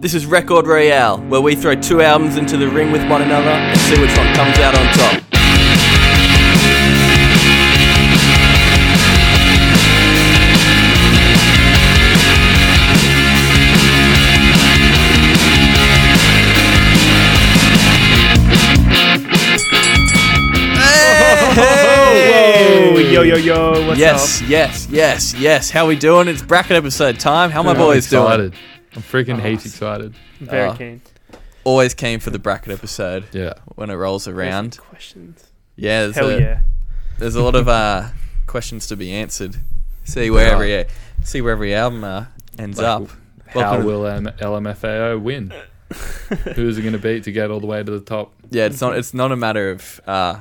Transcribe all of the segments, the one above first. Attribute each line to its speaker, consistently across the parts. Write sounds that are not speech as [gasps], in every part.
Speaker 1: This is Record Royale, where we throw two albums into the ring with one another and see which one comes out on top.
Speaker 2: Whoa, yo, yo, yo, what's
Speaker 1: Yes, yes, yes, yes. How we doing? It's bracket episode time. How my
Speaker 3: I'm
Speaker 1: boys doing?
Speaker 3: excited. I'm freaking
Speaker 2: Oh,
Speaker 3: heaps excited.
Speaker 2: up? Very
Speaker 1: Oh.
Speaker 2: keen.
Speaker 1: Always keen for the bracket episode
Speaker 3: Yeah.
Speaker 1: when it rolls around.
Speaker 2: Some Questions.
Speaker 1: Yeah, there's,
Speaker 2: Hell
Speaker 1: a,
Speaker 2: yeah.
Speaker 1: there's a lot of uh, [laughs] questions to be answered. See where
Speaker 3: Yeah.
Speaker 1: every see where every album uh, ends
Speaker 3: Like,
Speaker 1: up.
Speaker 3: How
Speaker 1: Welcome-
Speaker 3: will M- LMFAO
Speaker 1: [laughs]
Speaker 3: win? Who's it going to beat to get all the way to the top?
Speaker 1: Yeah, it's not it's not a matter of uh,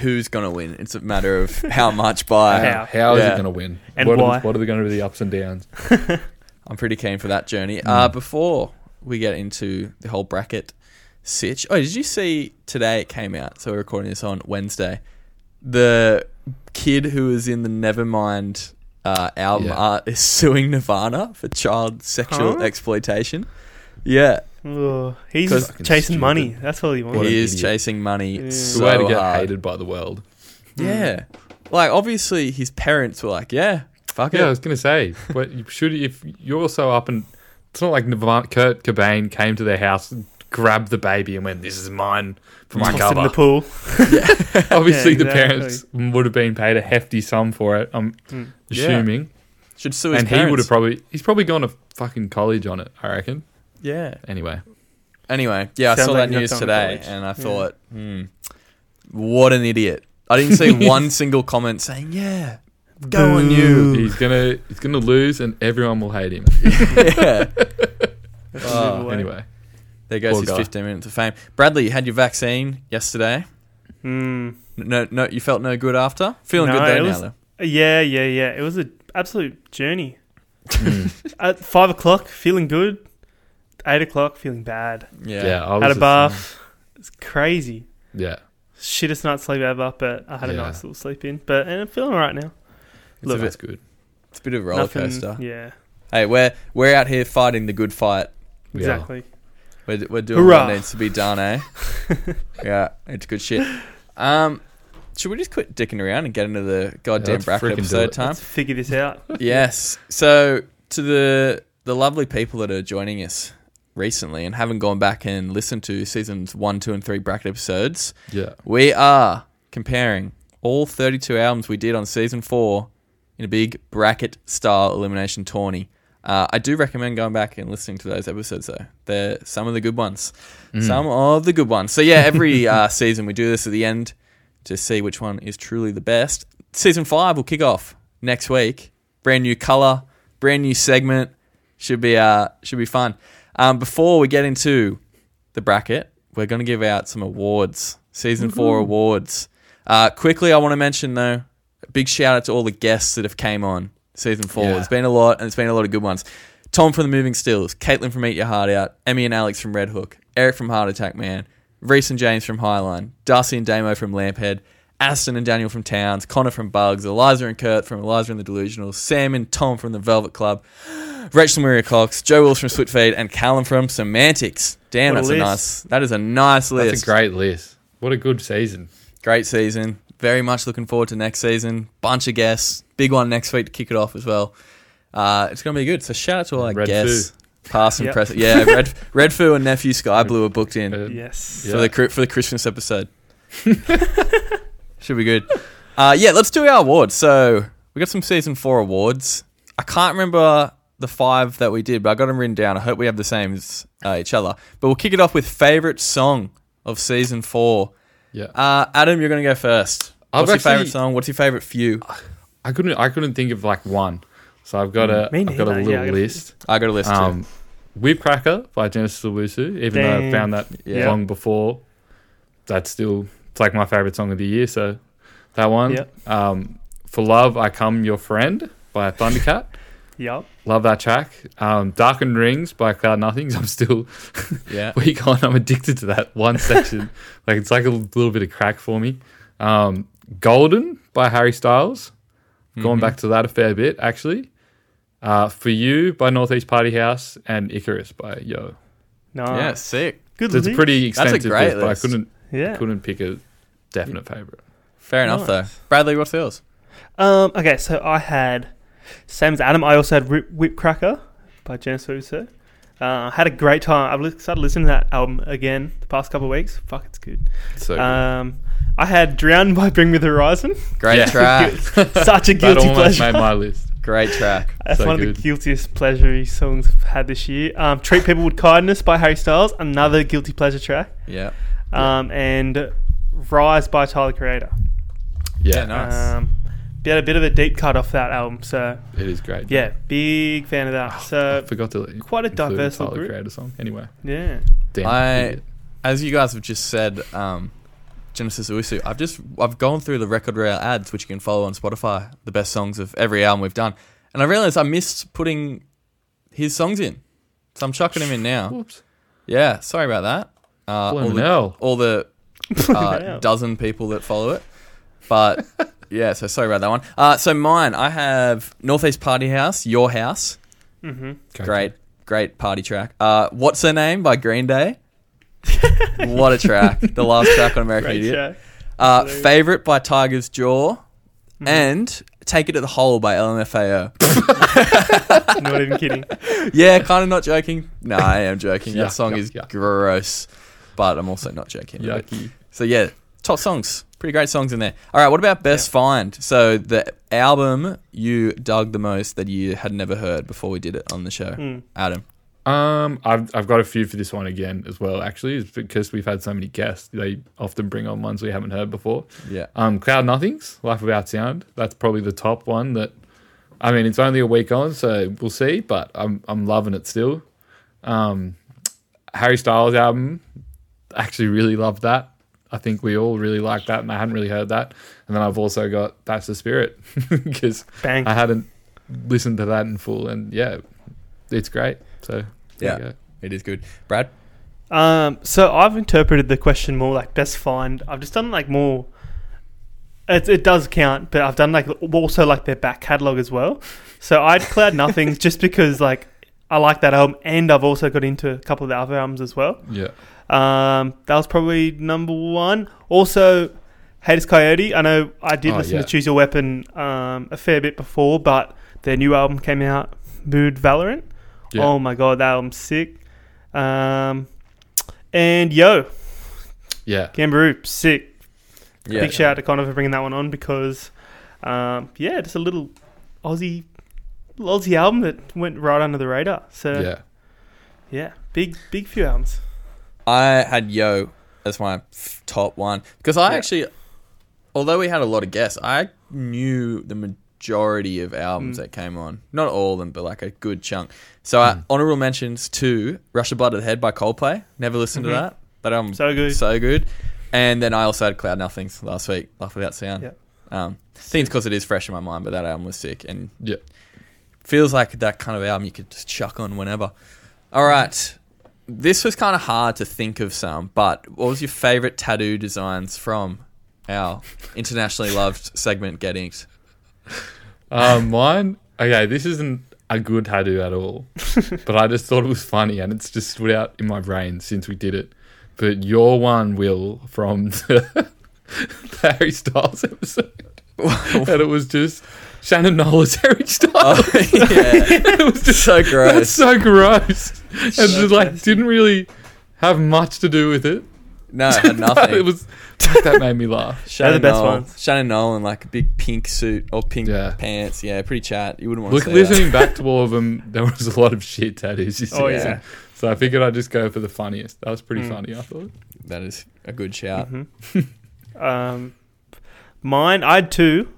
Speaker 1: who's gonna win. It's a matter of how
Speaker 2: [laughs]
Speaker 1: much by.
Speaker 2: How.
Speaker 3: How is
Speaker 1: Yeah.
Speaker 3: it going to win?
Speaker 2: And
Speaker 3: what
Speaker 2: why?
Speaker 3: Are the, what are going to be the ups and downs?
Speaker 1: I'm pretty keen for that journey. Uh,
Speaker 3: Mm.
Speaker 1: before we get into the whole bracket sitch, oh, did you see today it came out? So we're recording this on Wednesday. The kid who was in the Nevermind uh, album
Speaker 3: Yeah.
Speaker 1: art is suing Nirvana for child sexual
Speaker 2: Huh?
Speaker 1: exploitation. Yeah,
Speaker 2: Ugh. He's
Speaker 1: Because-
Speaker 2: just chasing
Speaker 3: Fucking
Speaker 2: money. That's all he
Speaker 3: What
Speaker 2: wants.
Speaker 3: an
Speaker 1: he is
Speaker 3: idiot.
Speaker 1: chasing money
Speaker 2: Yeah.
Speaker 3: The
Speaker 1: so
Speaker 3: way to get
Speaker 1: hard.
Speaker 3: hated by the world.
Speaker 1: Yeah, like obviously his parents were like, "Yeah, fuck
Speaker 3: Yeah, I
Speaker 1: it."
Speaker 3: was going to say, but you should if you're so up and it's not like Nirvana, Kurt Cobain came to their house, grabbed the baby, and went, "This is mine for my
Speaker 2: Tossed it in
Speaker 3: cover."
Speaker 2: the pool. [laughs]
Speaker 3: Obviously,
Speaker 2: Yeah,
Speaker 3: the
Speaker 2: exactly.
Speaker 3: parents would have been paid a hefty sum for it. I'm
Speaker 2: Mm.
Speaker 1: Yeah.
Speaker 3: assuming,
Speaker 1: Should sue his
Speaker 3: and
Speaker 1: parents.
Speaker 3: he would have probably he's probably gone to fucking college on it. I reckon.
Speaker 1: yeah.
Speaker 3: Anyway,
Speaker 1: Anyway, yeah, I
Speaker 2: Sounds
Speaker 1: saw
Speaker 2: like
Speaker 1: that
Speaker 2: you're
Speaker 1: news
Speaker 2: not going to
Speaker 1: today,
Speaker 2: college.
Speaker 1: and I
Speaker 2: Yeah.
Speaker 1: thought, hmm, what an idiot! I didn't
Speaker 2: [laughs]
Speaker 1: see one single comment saying, "Yeah, go on you."
Speaker 2: [laughs]
Speaker 3: he's gonna he's gonna lose, and everyone will hate him.
Speaker 1: [laughs] yeah.
Speaker 2: That's
Speaker 1: Oh,
Speaker 2: a little
Speaker 1: [laughs]
Speaker 2: way.
Speaker 3: Anyway,
Speaker 1: There goes
Speaker 3: Poor
Speaker 1: his
Speaker 3: guy.
Speaker 1: 15 minutes of fame. Bradley, you had your vaccine yesterday.
Speaker 2: Mm.
Speaker 1: No, no, you felt no good after. Feeling
Speaker 2: No,
Speaker 1: good
Speaker 2: it
Speaker 1: though
Speaker 2: was-
Speaker 1: now, though.
Speaker 2: Yeah, yeah, yeah. It was an absolute journey.
Speaker 1: Mm.
Speaker 2: At five o'clock, feeling good. Eight o'clock, feeling bad.
Speaker 1: Yeah.
Speaker 3: [laughs] yeah, I was
Speaker 2: had a
Speaker 3: just-
Speaker 2: bath. It's crazy.
Speaker 3: Yeah,
Speaker 2: Shittest night's sleep ever, but I had a
Speaker 3: Yeah.
Speaker 2: nice little sleep in. But and I'm feeling all right now.
Speaker 3: so
Speaker 2: Look,
Speaker 3: that's good.
Speaker 1: it's a bit of a roller
Speaker 2: Nothing-
Speaker 1: coaster.
Speaker 2: Yeah,
Speaker 1: Hey, we're we're out here fighting the good fight.
Speaker 3: We are.
Speaker 2: exactly.
Speaker 1: We're, we're doing
Speaker 2: Hurrah.
Speaker 1: what needs to be done,
Speaker 3: [laughs]
Speaker 1: eh? yeah, it's good shit. Um, should we just quit dicking around and get into the goddamn
Speaker 3: let's
Speaker 1: bracket
Speaker 3: freaking do
Speaker 1: episode
Speaker 3: it. [laughs]
Speaker 1: time?
Speaker 2: Let's figure this out.
Speaker 1: Yes. So to the the lovely people that are joining us recently and haven't gone back and listened to seasons one, two, and three bracket episodes,
Speaker 3: Yeah,
Speaker 1: we are comparing all 32 albums we did on season four in a big bracket style elimination tourney. Uh, I do recommend going back and listening to those episodes though. They're some of the good ones. Some of the good ones. So yeah, every uh, season we do this at the end to see which one is truly the best. Season five will kick off next week. Brand new color, brand new segment. Should be uh should be fun. Um, before we get into the bracket, we're going to give out some awards, season four awards. Uh, quickly, I want to mention though, a big shout out to all the guests that have came on season four.
Speaker 3: Yeah.
Speaker 1: It's been a lot, and it's been a lot of good ones. Tom from the Moving Stills, Caitlin from Eat Your Heart Out, Emmy and Alex from Red Hook, Eric from Heart Attack Man, Reese and James from Highline, Darcy and Damo from Lamphead, Aston and Daniel from Towns, Connor from Bugs, Eliza and Kurt from Eliza and the Delusionals, Sam and Tom from the Velvet Club, Rachel Maria Cox, Joe Wills from Sweetfeed, and Callum from Semantics. Damn,
Speaker 2: What a
Speaker 1: that's a
Speaker 2: list.
Speaker 1: nice. That is a nice list.
Speaker 3: that's a great list. What a good season.
Speaker 1: Great season. Very much looking forward to next season. Bunch of guests. Big one next week to kick it off as well. Uh, it's going to be good. So shout out to all our
Speaker 3: Red
Speaker 1: guests. Past and
Speaker 2: Yep.
Speaker 1: present. Yeah, Red, Red Foo and Nephew Sky Blue are booked in
Speaker 3: Uh,
Speaker 2: Yes.
Speaker 3: Yeah.
Speaker 1: for, the, cri- for the Christmas episode. [laughs] Should be good. Uh, yeah, let's do our awards. So we got some season four awards. I can't remember the five that we did, but I got them written down. I hope we have the same as uh, each other. But we'll kick it off with favorite song of season four.
Speaker 3: Yeah,
Speaker 1: Uh, Adam, you're gonna go first.
Speaker 3: I've
Speaker 1: What's your favorite
Speaker 3: actually-
Speaker 1: song? What's your favorite few?
Speaker 3: I couldn't I couldn't think of like one, so I've got a
Speaker 2: Mm. Me
Speaker 3: I've got
Speaker 2: neither.
Speaker 3: a little
Speaker 2: Yeah, I gotta-
Speaker 3: list.
Speaker 1: I got a list.
Speaker 3: Um, Whipcracker by Genesis Owusu, even though I
Speaker 2: Damn.
Speaker 3: found that
Speaker 1: Yeah.
Speaker 3: long before, that's still it's like my favorite song of the year. So that one,
Speaker 2: Yep.
Speaker 3: um, for love I come your friend by Thundercat,
Speaker 2: Yup.
Speaker 3: love that track. Um, Darkened Rings by Cloud Nothings, [laughs] I'm still
Speaker 1: too. yeah,
Speaker 3: week on. I'm addicted to
Speaker 1: [laughs]
Speaker 3: that one section. like it's like a little bit of crack for me. Um,
Speaker 1: Mm-hmm.
Speaker 3: Golden by Harry Styles. Going back to that a fair bit actually. Uh, For You by Northeast Party House and Icarus by Yo.
Speaker 2: No.
Speaker 1: yeah, sick.
Speaker 2: Good
Speaker 3: So it's a
Speaker 2: list.
Speaker 3: pretty
Speaker 1: a
Speaker 3: extensive
Speaker 1: great
Speaker 3: list, but I
Speaker 1: list.
Speaker 3: couldn't
Speaker 2: Yeah.
Speaker 3: couldn't pick a definite favorite.
Speaker 1: Fair enough,
Speaker 2: Nice.
Speaker 1: though. Bradley, what's yours?
Speaker 2: Um, okay, so I had same as Adam. I also had Rip, Whip Cracker by Janice Russo. Uh, had a great time. I've li- started listening to that album again the past couple of weeks. Fuck, it's good.
Speaker 3: So
Speaker 2: Um, I had Drowned by Bring Me the
Speaker 3: [laughs]
Speaker 2: Horizon.
Speaker 1: Great
Speaker 3: Yeah.
Speaker 1: track.
Speaker 2: Such a
Speaker 3: that
Speaker 2: guilty
Speaker 3: almost
Speaker 2: pleasure.
Speaker 3: made my list.
Speaker 1: Great track.
Speaker 2: [laughs] That's
Speaker 3: so
Speaker 2: one of
Speaker 3: good.
Speaker 2: the guiltiest pleasure songs I've had this year. Um, Treat People with Kindness by Harry Styles, another guilty pleasure track.
Speaker 1: Yeah.
Speaker 2: Um, and Rise by Tyler Creator.
Speaker 3: Yeah,
Speaker 1: Yeah, nice.
Speaker 2: Um, had a bit of a deep cut off that album, so
Speaker 3: it is great.
Speaker 2: yeah, big fan of that.
Speaker 3: I
Speaker 2: So
Speaker 3: forgot to let you
Speaker 2: quite a
Speaker 3: include the
Speaker 2: diverse
Speaker 3: Tyler
Speaker 2: group.
Speaker 3: Creator song. Anyway,
Speaker 2: yeah,
Speaker 3: damn,
Speaker 1: I-
Speaker 3: idiot.
Speaker 1: As you guys have just said, um, Genesis Owusu, I've just I've gone through the record rail ads, which you can follow on Spotify, the best songs of every album we've done, and I realized I missed putting his songs in, so I'm chucking him in now.
Speaker 3: Whoops.
Speaker 1: Yeah, sorry about that. Uh, all
Speaker 3: Blooming
Speaker 1: the,
Speaker 3: hell.
Speaker 1: all
Speaker 2: [laughs]
Speaker 1: the
Speaker 2: Blooming
Speaker 1: uh,
Speaker 2: hell.
Speaker 1: dozen people that follow it, but [laughs] yeah, so sorry about that one. Uh, so mine, I have Northeast Party House, Your House,
Speaker 2: mm-hmm.
Speaker 3: Okay.
Speaker 1: great, great party track. Uh, What's her name by Green
Speaker 2: [laughs]
Speaker 1: Day. what a track! The last track on American
Speaker 2: great
Speaker 1: Idiot.
Speaker 2: track.
Speaker 1: Uh,
Speaker 2: Hilarious.
Speaker 1: favorite by Tiger's Jaw
Speaker 2: Mm-hmm.
Speaker 1: and Take It at the Hole by LMFAO.
Speaker 2: Not even kidding.
Speaker 1: [laughs] yeah, kind of not joking. No, I am joking.
Speaker 3: Yuck,
Speaker 1: that song
Speaker 3: yuck,
Speaker 1: is
Speaker 3: yuck.
Speaker 1: gross, but I'm also not joking. about it.
Speaker 3: Yucky.
Speaker 1: So, yeah, top songs. Pretty great songs in there. All right, what about Best Find? So, the album you dug the most that you had never heard before we did it on the show.
Speaker 2: Mm.
Speaker 1: Adam.
Speaker 3: Um, I've I've got a few for this one again as well. Actually, it's because we've had so many guests, they often bring on ones we haven't heard before.
Speaker 1: Yeah.
Speaker 3: Um, Cloud Nothings, Life Without Sound. That's probably the top one that. I mean, it's only a week on, so we'll see. But I'm I'm loving it still. Um, Harry Styles album, actually really loved that. I think we all really liked that, and I hadn't really heard that. And then I've also got That's the Spirit [laughs] because
Speaker 2: Bang.
Speaker 3: I hadn't listened to that in full, and yeah, it's great. So there
Speaker 1: Yeah.
Speaker 3: you go.
Speaker 1: It is good. Brad?
Speaker 2: Um, so I've interpreted the question more like best find. I've just done like more. It, it does count, but I've done like also like their back catalog as well. So I'd cloud nothing just because like I like that album, and I've also got into a couple of the other albums as well.
Speaker 3: Yeah,
Speaker 2: Um, that was probably number one. Also, Hades Coyote. I know I did
Speaker 3: Oh,
Speaker 2: listen
Speaker 3: yeah.
Speaker 2: to Choose Your Weapon um, a fair bit before, but their new album came out, Mood Valorant.
Speaker 3: Yeah.
Speaker 2: Oh my god, that album's sick. Um, and Yo,
Speaker 3: yeah,
Speaker 2: Gambaroo, sick.
Speaker 1: Yeah.
Speaker 2: Big shout out to Connor for bringing that one on because, um, yeah, just a little Aussie, little Aussie album that went right under the radar. So yeah,
Speaker 3: yeah.
Speaker 2: big big few albums.
Speaker 1: I had Yo as my f- top one because I
Speaker 2: Yeah.
Speaker 1: actually, although we had a lot of guests, I knew the majority of albums
Speaker 2: Mm.
Speaker 1: that came on. Not all of them, but like a good chunk. So I,
Speaker 2: Mm.
Speaker 1: honorable mentions to Russia Blooded Head by Coldplay. Never listened to that. That album
Speaker 2: Mm-hmm. So good.
Speaker 1: so good. And then I also had Cloud Nothings last week, Laugh Without Sound.
Speaker 2: Yeah.
Speaker 1: Um, things because it is fresh in my mind, but that album was sick and
Speaker 3: Yeah.
Speaker 1: feels like that kind of album you could just chuck on whenever. All right. This was kind of hard to think of some, but what was your favorite tattoo designs from our internationally loved segment Get Inked?
Speaker 3: Um, mine. Okay, this isn't a good hairdo
Speaker 1: [laughs]
Speaker 3: at all, but I just thought it was funny, and it's just stood out in my brain since we did it. But your one, Will, from [laughs] the, the Harry Styles episode, and it was just Shannon Knowles,
Speaker 1: [laughs]
Speaker 3: Harry Styles.
Speaker 1: [laughs] Oh, yeah.
Speaker 3: it was just
Speaker 1: so gross.
Speaker 3: that's [laughs] so gross, and just like
Speaker 2: nasty.
Speaker 3: didn't really have much to do with it. [laughs]
Speaker 1: no, it had
Speaker 3: But
Speaker 1: nothing.
Speaker 3: it was fuck, that made me
Speaker 1: [laughs]
Speaker 3: laugh.
Speaker 1: Shannon
Speaker 2: They're the best
Speaker 1: Knoll-
Speaker 2: ones.
Speaker 1: Shannon Nolan, like a big pink suit or pink
Speaker 3: Yeah.
Speaker 1: pants. Yeah, pretty chat. You wouldn't want
Speaker 3: Look,
Speaker 1: to see that.
Speaker 3: listening back to all of them, there was a lot of shit tattoos. This
Speaker 2: Oh,
Speaker 3: oh,
Speaker 2: yeah.
Speaker 3: yeah. So I figured I'd just go for the funniest. That was pretty
Speaker 1: Hmm.
Speaker 2: Mm.
Speaker 3: funny, I thought.
Speaker 1: That is a good
Speaker 2: [laughs]
Speaker 1: shout.
Speaker 2: Mhm. um, mine, I had two.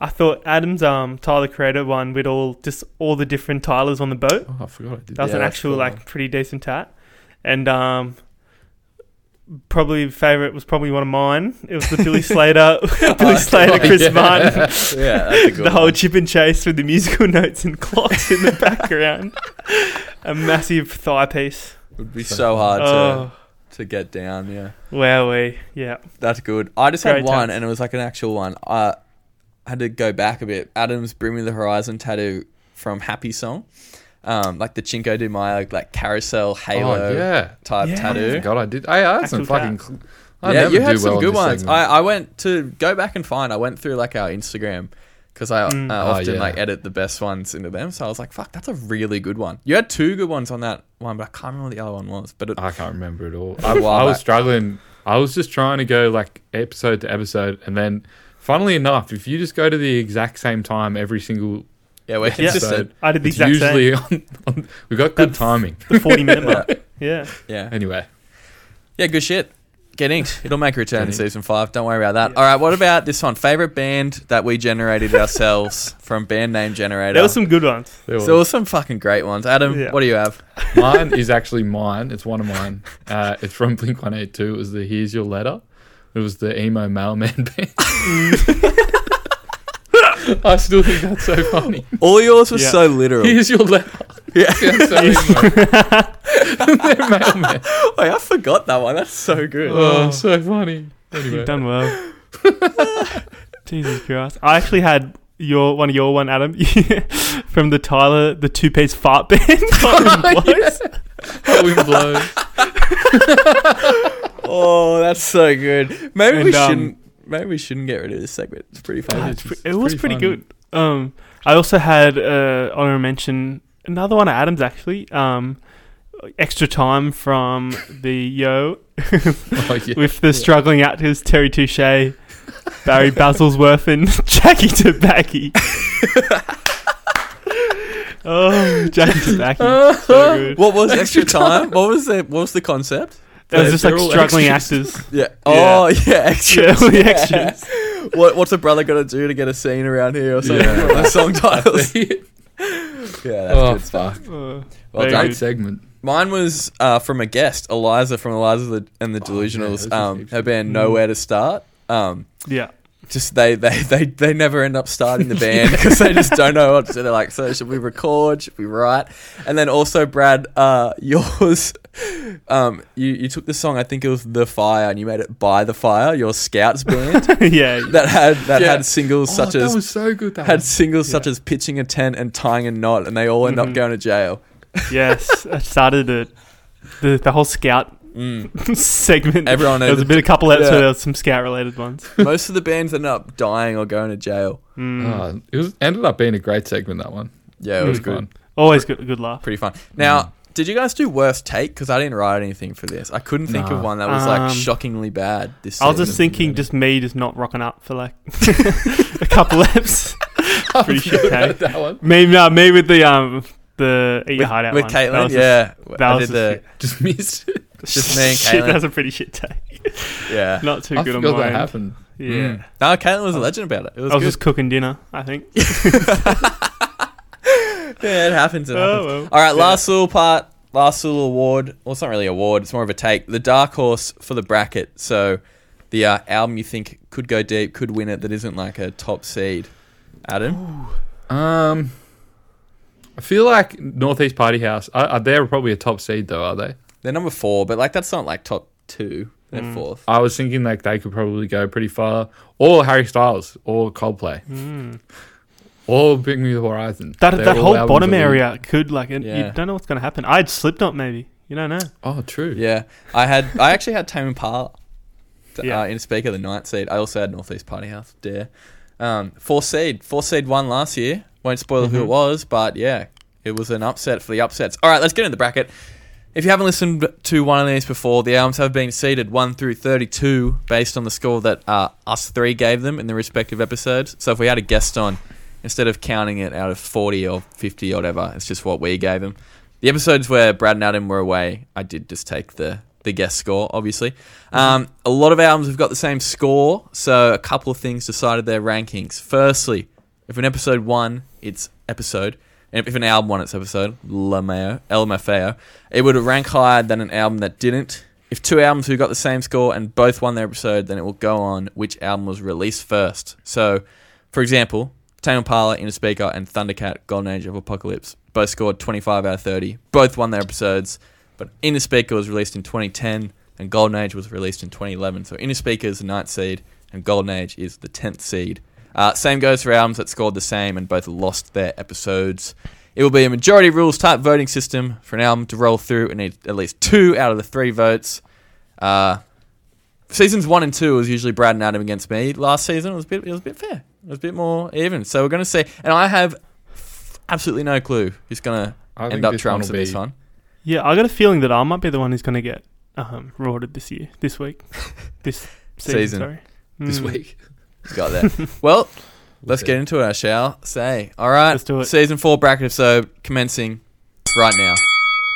Speaker 2: I thought Adam's um, Tyler Creator one with all just all the different Tylers on the boat.
Speaker 3: Oh, I forgot I did
Speaker 2: That was
Speaker 1: Yeah,
Speaker 2: an
Speaker 1: that's
Speaker 2: actual
Speaker 1: cool.
Speaker 2: like pretty decent tat, and um, probably favorite was probably one of mine. It was
Speaker 1: [laughs]
Speaker 2: the Billy Slater, [laughs] Billy Slater, Chris Martin, [laughs]
Speaker 1: Yeah, Oh, that's [laughs] a good
Speaker 2: the whole
Speaker 1: one.
Speaker 2: chip and chase with the musical [laughs] notes and clocks in the background. a massive thigh piece.
Speaker 1: would be so hard
Speaker 2: Oh,
Speaker 1: to, to get down. Yeah.
Speaker 2: wowee! Yeah,
Speaker 1: That's good. I just
Speaker 2: Great
Speaker 1: had one,
Speaker 2: tats.
Speaker 1: and it was like an actual one. I had to go back a bit. Adam's Bring Me the Horizon tattoo from Happy Song, um, like the Chinko de Mayo like carousel halo
Speaker 3: Oh yeah.
Speaker 1: type
Speaker 2: Yeah.
Speaker 1: tattoo.
Speaker 3: God, I did. Hey, I had some
Speaker 2: Actual
Speaker 3: fucking.
Speaker 2: tats.
Speaker 3: cl- I
Speaker 1: yeah,
Speaker 3: never
Speaker 1: you
Speaker 3: do
Speaker 1: had
Speaker 3: well
Speaker 1: some
Speaker 3: in
Speaker 1: good
Speaker 3: this
Speaker 1: ones.
Speaker 3: segment.
Speaker 1: I, I went to go back and find. I went through like our Instagram because I
Speaker 2: Mm.
Speaker 1: uh,
Speaker 3: Oh,
Speaker 1: often
Speaker 3: yeah.
Speaker 1: like edit the best ones into them. So I was like, "Fuck, that's a really good one." You had two good ones on that one, but I can't remember what the other one was. But it,
Speaker 3: I can't remember
Speaker 1: [laughs]
Speaker 3: at all.
Speaker 1: a
Speaker 3: I,
Speaker 1: while
Speaker 3: I was
Speaker 1: back.
Speaker 3: struggling. I was just trying to go like episode to episode, and then, funnily enough, if you just go to the exact same time every single
Speaker 1: yeah, we're
Speaker 2: Yeah.
Speaker 1: consistent.
Speaker 2: I did the
Speaker 3: it's
Speaker 2: exact same.
Speaker 3: usually [laughs] on, on, we got good
Speaker 2: That's-
Speaker 3: timing.
Speaker 2: The 40 minute
Speaker 1: Yeah.
Speaker 2: mark. Yeah.
Speaker 1: yeah,
Speaker 3: Anyway,
Speaker 1: yeah, good shit. Get inked. It'll make a return
Speaker 3: Get
Speaker 1: in
Speaker 3: inked.
Speaker 1: season five. Don't worry about that.
Speaker 2: Yeah.
Speaker 1: All right, what about this one? Favorite band that we generated ourselves from band name generator.
Speaker 2: There were some good ones.
Speaker 3: there
Speaker 1: so there were
Speaker 3: was.
Speaker 1: some fucking great ones. Adam,
Speaker 2: Yeah.
Speaker 1: what do you have?
Speaker 3: mine is actually mine. It's one of mine. Uh, it's from Blink One Eight Two. It was the Here's Your Letter. It was the emo mailman [laughs] band. I still think that's so funny.
Speaker 1: All yours were
Speaker 2: Yeah.
Speaker 1: so literal. [laughs]
Speaker 3: Here's your letter.
Speaker 1: Yeah.
Speaker 3: Sounds
Speaker 1: [laughs]
Speaker 3: so emo. They're mailman.
Speaker 1: Wait, Oh, I forgot that one. That's so good.
Speaker 3: Oh, so funny.
Speaker 2: You've done well. [laughs] Jesus Christ! I actually had your one of your one, Adam, [laughs] from the Tyler the two piece fart band. [laughs] Fucking [laughs] blows.
Speaker 3: Hot wind blows.
Speaker 1: Oh, that's so good. Maybe we
Speaker 2: And, um,
Speaker 1: shouldn't. Maybe we shouldn't get rid of this segment. It's pretty funny.
Speaker 2: It's pre- it was pretty,
Speaker 3: pretty fun.
Speaker 2: good. Um, I also had uh, honorable mention another one of Adam's actually. Um, extra time from the Yo
Speaker 3: Oh, yeah.
Speaker 1: [laughs]
Speaker 2: [laughs] with the struggling actors Terry Touche, Barry Basilsworth, and [laughs] Jackie Tobacco. oh, Jackie Tobacco, so good.
Speaker 1: What was extra time? What was the what was the concept?
Speaker 2: That was just
Speaker 3: They're
Speaker 2: like
Speaker 3: all
Speaker 2: struggling
Speaker 1: [laughs]
Speaker 3: extras.
Speaker 2: actors.
Speaker 1: Yeah. Oh yeah, extra.
Speaker 2: Yeah, [laughs] all the extras.
Speaker 1: [laughs] What what's a brother gonna do to get a scene around here or something?
Speaker 3: Yeah.
Speaker 1: What are the [laughs] song
Speaker 3: [laughs]
Speaker 1: titles. yeah, that's
Speaker 3: oh,
Speaker 1: good stuff.
Speaker 3: fuck.
Speaker 2: Uh,
Speaker 1: Well
Speaker 2: Very
Speaker 1: done.
Speaker 3: Great
Speaker 2: good.
Speaker 3: segment.
Speaker 1: Mine was uh, from a guest, Eliza from Eliza and the
Speaker 3: Oh, yeah,
Speaker 1: Delusionals.
Speaker 3: that's
Speaker 1: um,
Speaker 3: huge.
Speaker 1: her band
Speaker 2: Mm.
Speaker 1: Nowhere to Start. Um,
Speaker 2: yeah, [laughs]
Speaker 1: just they they [laughs] they, they never end up starting the band because they just don't know what to do. They're like, so should we record? Should we write? And then also, Brad, uh, [laughs] yours, um, you you took the song. I think it was The Fire, and you made it by The Fire. Your Scouts
Speaker 2: [laughs]
Speaker 1: band
Speaker 2: yeah.
Speaker 1: that had that
Speaker 3: Yeah.
Speaker 1: had singles such
Speaker 3: oh,
Speaker 1: as
Speaker 3: that was so good. That
Speaker 1: had
Speaker 3: one.
Speaker 1: singles such
Speaker 2: Yeah.
Speaker 1: as pitching a tent and tying a knot, and they all end up
Speaker 2: Mhm.
Speaker 1: going to jail.
Speaker 2: yes, I started it. The, the whole scout [laughs]
Speaker 1: Mm.
Speaker 2: segment.
Speaker 1: Everyone
Speaker 2: there was a
Speaker 1: ended-
Speaker 2: bit, a couple episodes.
Speaker 1: Yeah.
Speaker 2: There was some scout related ones.
Speaker 1: Most of the bands ended up dying or going to jail.
Speaker 2: Mm.
Speaker 3: Oh, it was ended up being a great segment. That one.
Speaker 1: Yeah, it was
Speaker 2: Mm.
Speaker 1: good.
Speaker 3: Fun.
Speaker 2: Always good, good laugh.
Speaker 1: pretty fun. Now, did you guys do worst take? Because I didn't write anything for this. I couldn't think of
Speaker 3: Nah.
Speaker 1: one that was like
Speaker 2: Um,
Speaker 1: shockingly bad. This
Speaker 2: I was
Speaker 1: season.
Speaker 2: just thinking, just me just not rocking up for like [laughs] a couple eps.
Speaker 3: [laughs] I
Speaker 2: Pretty
Speaker 3: forgot
Speaker 2: shit,
Speaker 3: about that one.
Speaker 2: Me, no, me with the um the eat your
Speaker 1: with,
Speaker 2: heart out
Speaker 1: with
Speaker 2: one. That
Speaker 1: Caitlin.
Speaker 2: was just-
Speaker 1: yeah,
Speaker 2: that
Speaker 1: I
Speaker 2: was
Speaker 1: did [laughs] the
Speaker 3: Just missed. It.
Speaker 1: just me and
Speaker 2: [laughs] Shit,
Speaker 1: Caitlin.
Speaker 2: that was a pretty shit day.
Speaker 1: yeah.
Speaker 2: Not too
Speaker 3: I
Speaker 2: good on
Speaker 3: forgot that
Speaker 2: mine.
Speaker 3: happened.
Speaker 2: [laughs] Yeah,
Speaker 1: Mm. No, Caitlin was a legend about it. It was,
Speaker 2: I was
Speaker 1: good.
Speaker 2: just cooking dinner. I think.
Speaker 1: [laughs] yeah, it happens. It happens.
Speaker 2: Oh, well.
Speaker 1: All right,
Speaker 2: Yeah.
Speaker 1: last little part, last little award. Well, it's not really award. It's more of a take. The dark horse for the bracket. So, the uh, album you think could go deep, could win it, that isn't like a top seed. Adam,
Speaker 3: Um, I feel like Northeast Party House. Are, are they probably a top seed though? Are they?
Speaker 1: they're number four, but like that's not like top two. They're
Speaker 2: Mm.
Speaker 1: fourth.
Speaker 3: I was thinking like they could probably go pretty far, or Harry Styles, or Coldplay,
Speaker 2: Mm.
Speaker 3: or Bring Me the Horizon.
Speaker 2: That
Speaker 3: They're
Speaker 2: that
Speaker 3: all
Speaker 2: whole
Speaker 3: albums
Speaker 2: bottom
Speaker 3: that we-
Speaker 2: area could like it,
Speaker 1: Yeah.
Speaker 2: you don't know what's gonna happen. I had Slipknot maybe. You don't know.
Speaker 3: Oh, true.
Speaker 1: Yeah, I had I actually had Tame Impala t-
Speaker 2: Yeah.
Speaker 1: uh, in speaker the ninth seed. I also had Northeast Party House Dare. Um, four seed, four seed won last year. Won't spoil who
Speaker 2: Mhm.
Speaker 1: it was, but yeah, it was an upset for the upsets. All right, let's get in the bracket. If you haven't listened to one of these before, the albums have been seeded 1 through 32 based on the score that uh, us three gave them in the respective episodes. So if we had a guest on, instead of counting it out of 40 or 50 or whatever, it's just what we gave them. The episodes where Brad and Adam were away, I did just take the the guest score, obviously. Um, a lot of albums have got the same score, so a couple of things decided their rankings. Firstly, if an episode one, it's episode, and if an album won its episode, LMAO, LMFAO, it would rank higher than an album that didn't. If two albums who got the same score and both won their episode, then it will go on which album was released first. So, for example, Tame Impala, Inner Speaker, and Thundercat, Golden Age of Apocalypse both scored 25 out of 30. Both won their episodes, but Inner Speaker was released in 2010 and Golden Age was released in 2011. So Inner Speaker is the ninth seed and Golden Age is the 10th seed. Uh, same goes for albums that scored the same and both lost their episodes. It will be a majority rules type voting system for an album to roll through and need at least two out of the three votes. Uh, seasons one and two was usually Brad and Adam against me. Last season it was a bit, it was a bit fair. It was a bit more even. So we're going to see. And I have absolutely no clue who's going to
Speaker 3: I
Speaker 1: end
Speaker 3: think
Speaker 1: up
Speaker 3: this
Speaker 1: trumps
Speaker 3: one'll
Speaker 1: at this
Speaker 3: be-
Speaker 1: one.
Speaker 2: Yeah, I got a feeling that I might be the one who's going to get um, rewarded this year,
Speaker 1: [laughs]
Speaker 2: this week, this season.
Speaker 1: Season.
Speaker 2: Sorry.
Speaker 3: this
Speaker 2: Mm.
Speaker 3: week.
Speaker 1: Got that. [laughs] well, [laughs] let's get into it, I shall say. All right.
Speaker 2: Let's do it.
Speaker 1: Season four bracket of so commencing right now.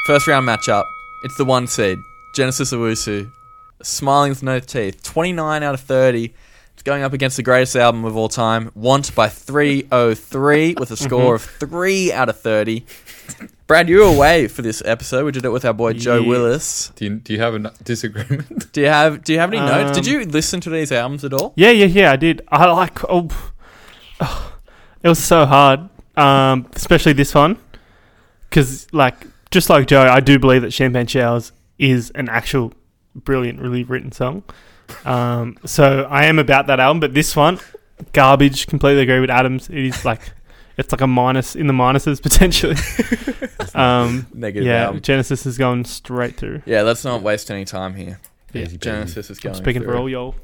Speaker 1: First round matchup. It's the one seed. Genesis Owusu. Smiling with no teeth. 29 out of 30. It's going up against the greatest album of all time, Want by 303, with a score of
Speaker 2: Mm-hmm.
Speaker 1: 3 out of 30. Brad, you were away for this episode. We did it with our boy Joe
Speaker 2: Yes.
Speaker 1: Willis.
Speaker 3: Do you, do you have a n- disagreement? [laughs]
Speaker 1: Do you have Do you have any notes? Did
Speaker 2: Um,
Speaker 1: you listen to these albums at all?
Speaker 2: Yeah, yeah, yeah. I did. I like. Oh, [sighs] pff. Ugh. it was so hard, um, especially this one, because like just like Joe, I do believe that Champagne Showers is an actual brilliantly written song. Um, so I am about that album, but this one, garbage. Completely agree with Adams. It is like. [laughs] It's like a minus in the minuses [laughs] potentially. um,
Speaker 1: Negative
Speaker 2: yeah,
Speaker 1: album.
Speaker 2: Genesis is going straight through.
Speaker 1: Yeah, let's not waste any time here.
Speaker 2: Yeah,
Speaker 3: Easy peasy.
Speaker 1: Genesis is going.
Speaker 2: I'm speaking for
Speaker 1: through.
Speaker 2: all y'all.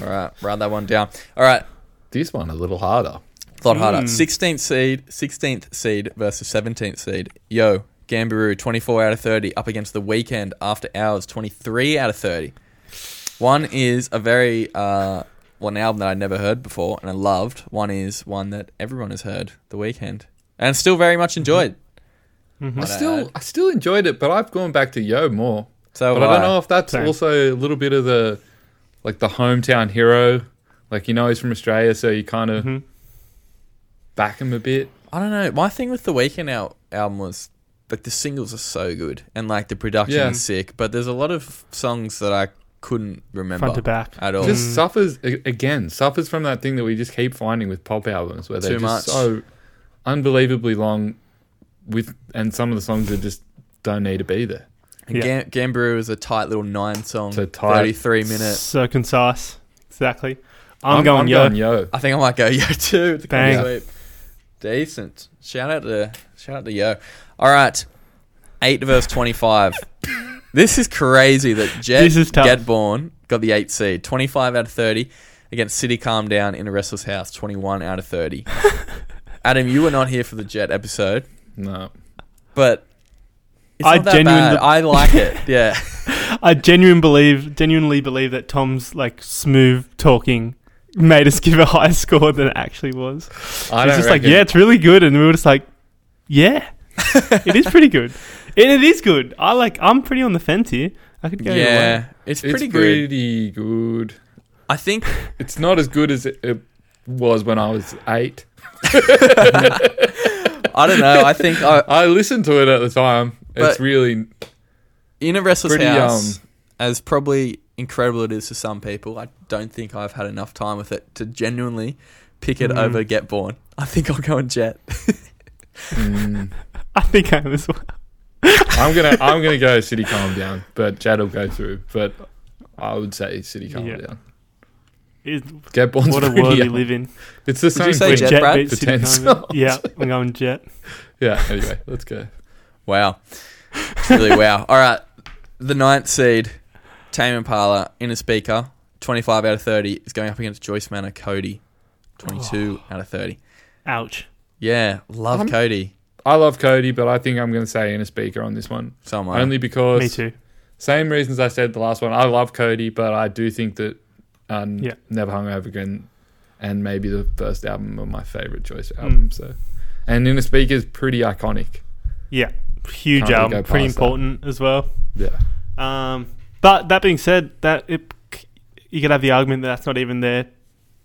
Speaker 1: All right, write that one down. All right,
Speaker 3: This one a little harder.
Speaker 1: a lot harder.
Speaker 2: Mm.
Speaker 1: Sixteenth seed, sixteenth seed versus seventeenth seed. Yo, Gambiru, twenty-four out of thirty, up against the weekend after hours, twenty-three out of thirty. One is a very uh, one album that I'd never heard before and I loved. One is one that everyone has heard, The Weekend, and still very much enjoyed.
Speaker 2: Mhm.
Speaker 1: Might
Speaker 3: I
Speaker 1: I
Speaker 3: still
Speaker 1: add? Oh,
Speaker 3: I still enjoyed it, but I've gone back to Yo more.
Speaker 1: So uh,
Speaker 3: but I
Speaker 1: have
Speaker 3: don't know if that's
Speaker 2: Same.
Speaker 3: also a little bit of the like the hometown hero. Like you know he's from Australia, so you kind of
Speaker 2: Mhm.
Speaker 3: back him a bit.
Speaker 1: I don't know. My thing with the Weekend al- album was like the singles are so good and like the production
Speaker 3: Yeah.
Speaker 1: is sick, but there's a lot of songs that I couldn't remember
Speaker 2: Front to back.
Speaker 1: at all.
Speaker 3: Just
Speaker 2: Mm.
Speaker 3: suffers a- again, suffers from that thing that we just keep finding with pop albums where they're
Speaker 1: Too
Speaker 3: just
Speaker 1: much.
Speaker 3: so unbelievably long with and some of the songs that just don't need to be there.
Speaker 1: and
Speaker 2: Yeah.
Speaker 1: Gam- Gambrew is a tight little nine song,
Speaker 3: It's a tight-
Speaker 1: 33 minute.
Speaker 2: So concise. Exactly. I'm, going yo.
Speaker 3: yo.
Speaker 1: I think I might go [laughs] Yo too. It's a
Speaker 2: Bang.
Speaker 1: complete sweep. Decent. Shout out to shout out to Yo. All right, eight verse
Speaker 2: [laughs]
Speaker 1: 25. this is crazy that Jet
Speaker 2: This is tough.
Speaker 1: Getborn got the eight seed, 25 out of 30 against City Calm Down in a Restless House, 21 out of
Speaker 2: [laughs]
Speaker 1: 30. Adam, you were not here for the Jet episode,
Speaker 3: No.
Speaker 1: but it's
Speaker 2: I
Speaker 1: not that
Speaker 2: genuinely-
Speaker 1: bad. I like
Speaker 2: [laughs]
Speaker 1: it. Yeah.
Speaker 2: I genuinely believe, genuinely believe that Tom's like smooth talking made us give a higher score than it actually was.
Speaker 3: I
Speaker 2: it's
Speaker 3: don't
Speaker 2: just like,
Speaker 3: reckon-
Speaker 2: yeah, it's really good, and we were just like, yeah, [laughs] it is pretty good, and it is good. I like. I'm pretty on the fence here. I could go. either way.
Speaker 1: yeah. It's
Speaker 3: it's
Speaker 1: pretty good.
Speaker 3: pretty good.
Speaker 1: I think [laughs]
Speaker 3: It's not as good as it, it was when I was eight.
Speaker 1: I don't know. I think I,
Speaker 3: I listened to it at the time.
Speaker 1: But-
Speaker 3: it's really
Speaker 1: in a restless
Speaker 3: Pretty,
Speaker 1: house,
Speaker 3: um,
Speaker 1: as probably incredible it is to some people, I don't think I've had enough time with it to genuinely pick it
Speaker 3: Hmm.
Speaker 2: Mm.
Speaker 1: over Get Born. I think I'll go and Jet.
Speaker 3: mm,
Speaker 2: I think I am as well.
Speaker 3: I'm gonna I'm gonna go City Calm Down, but Jad will go through. But I would say City Calm
Speaker 2: Yeah.
Speaker 3: Down.
Speaker 2: Is-
Speaker 3: Get Bond's
Speaker 2: what a
Speaker 3: pretty
Speaker 2: world we
Speaker 3: young.
Speaker 2: live in.
Speaker 3: It's the
Speaker 1: Would you
Speaker 3: same
Speaker 1: say
Speaker 3: thing.
Speaker 1: Jet, Brad?
Speaker 2: beats City
Speaker 3: Potential.
Speaker 2: Carnival. Yeah, I'm going jet.
Speaker 3: [laughs] Yeah. Anyway, let's go.
Speaker 1: Wow. It's really
Speaker 3: [laughs]
Speaker 1: wow. All right. The ninth seed, Tame Impala, in a speaker, 25 out of 30, is going up against Joyce Manor Cody, 22 out of 30.
Speaker 2: Ouch.
Speaker 1: Yeah. Love
Speaker 3: Oh. I'm-
Speaker 1: Cody.
Speaker 3: I love Cody, but I think I'm gonna say in a speaker on this one
Speaker 1: So am I.
Speaker 3: only because
Speaker 2: Me too.
Speaker 3: same reasons I said the last one. I love Cody, but I do think that um,
Speaker 2: Yeah.
Speaker 3: Never Hung Over Again and maybe the first album are my favorite choice
Speaker 2: Hmm.
Speaker 3: album. So, and Inner Speaker is pretty iconic.
Speaker 2: Yeah, huge
Speaker 3: Can't really
Speaker 2: album.
Speaker 3: go
Speaker 2: Pretty
Speaker 3: past that.
Speaker 2: important as well.
Speaker 3: Yeah,
Speaker 2: Um, but that being said, that it, you could have the argument that that's not even their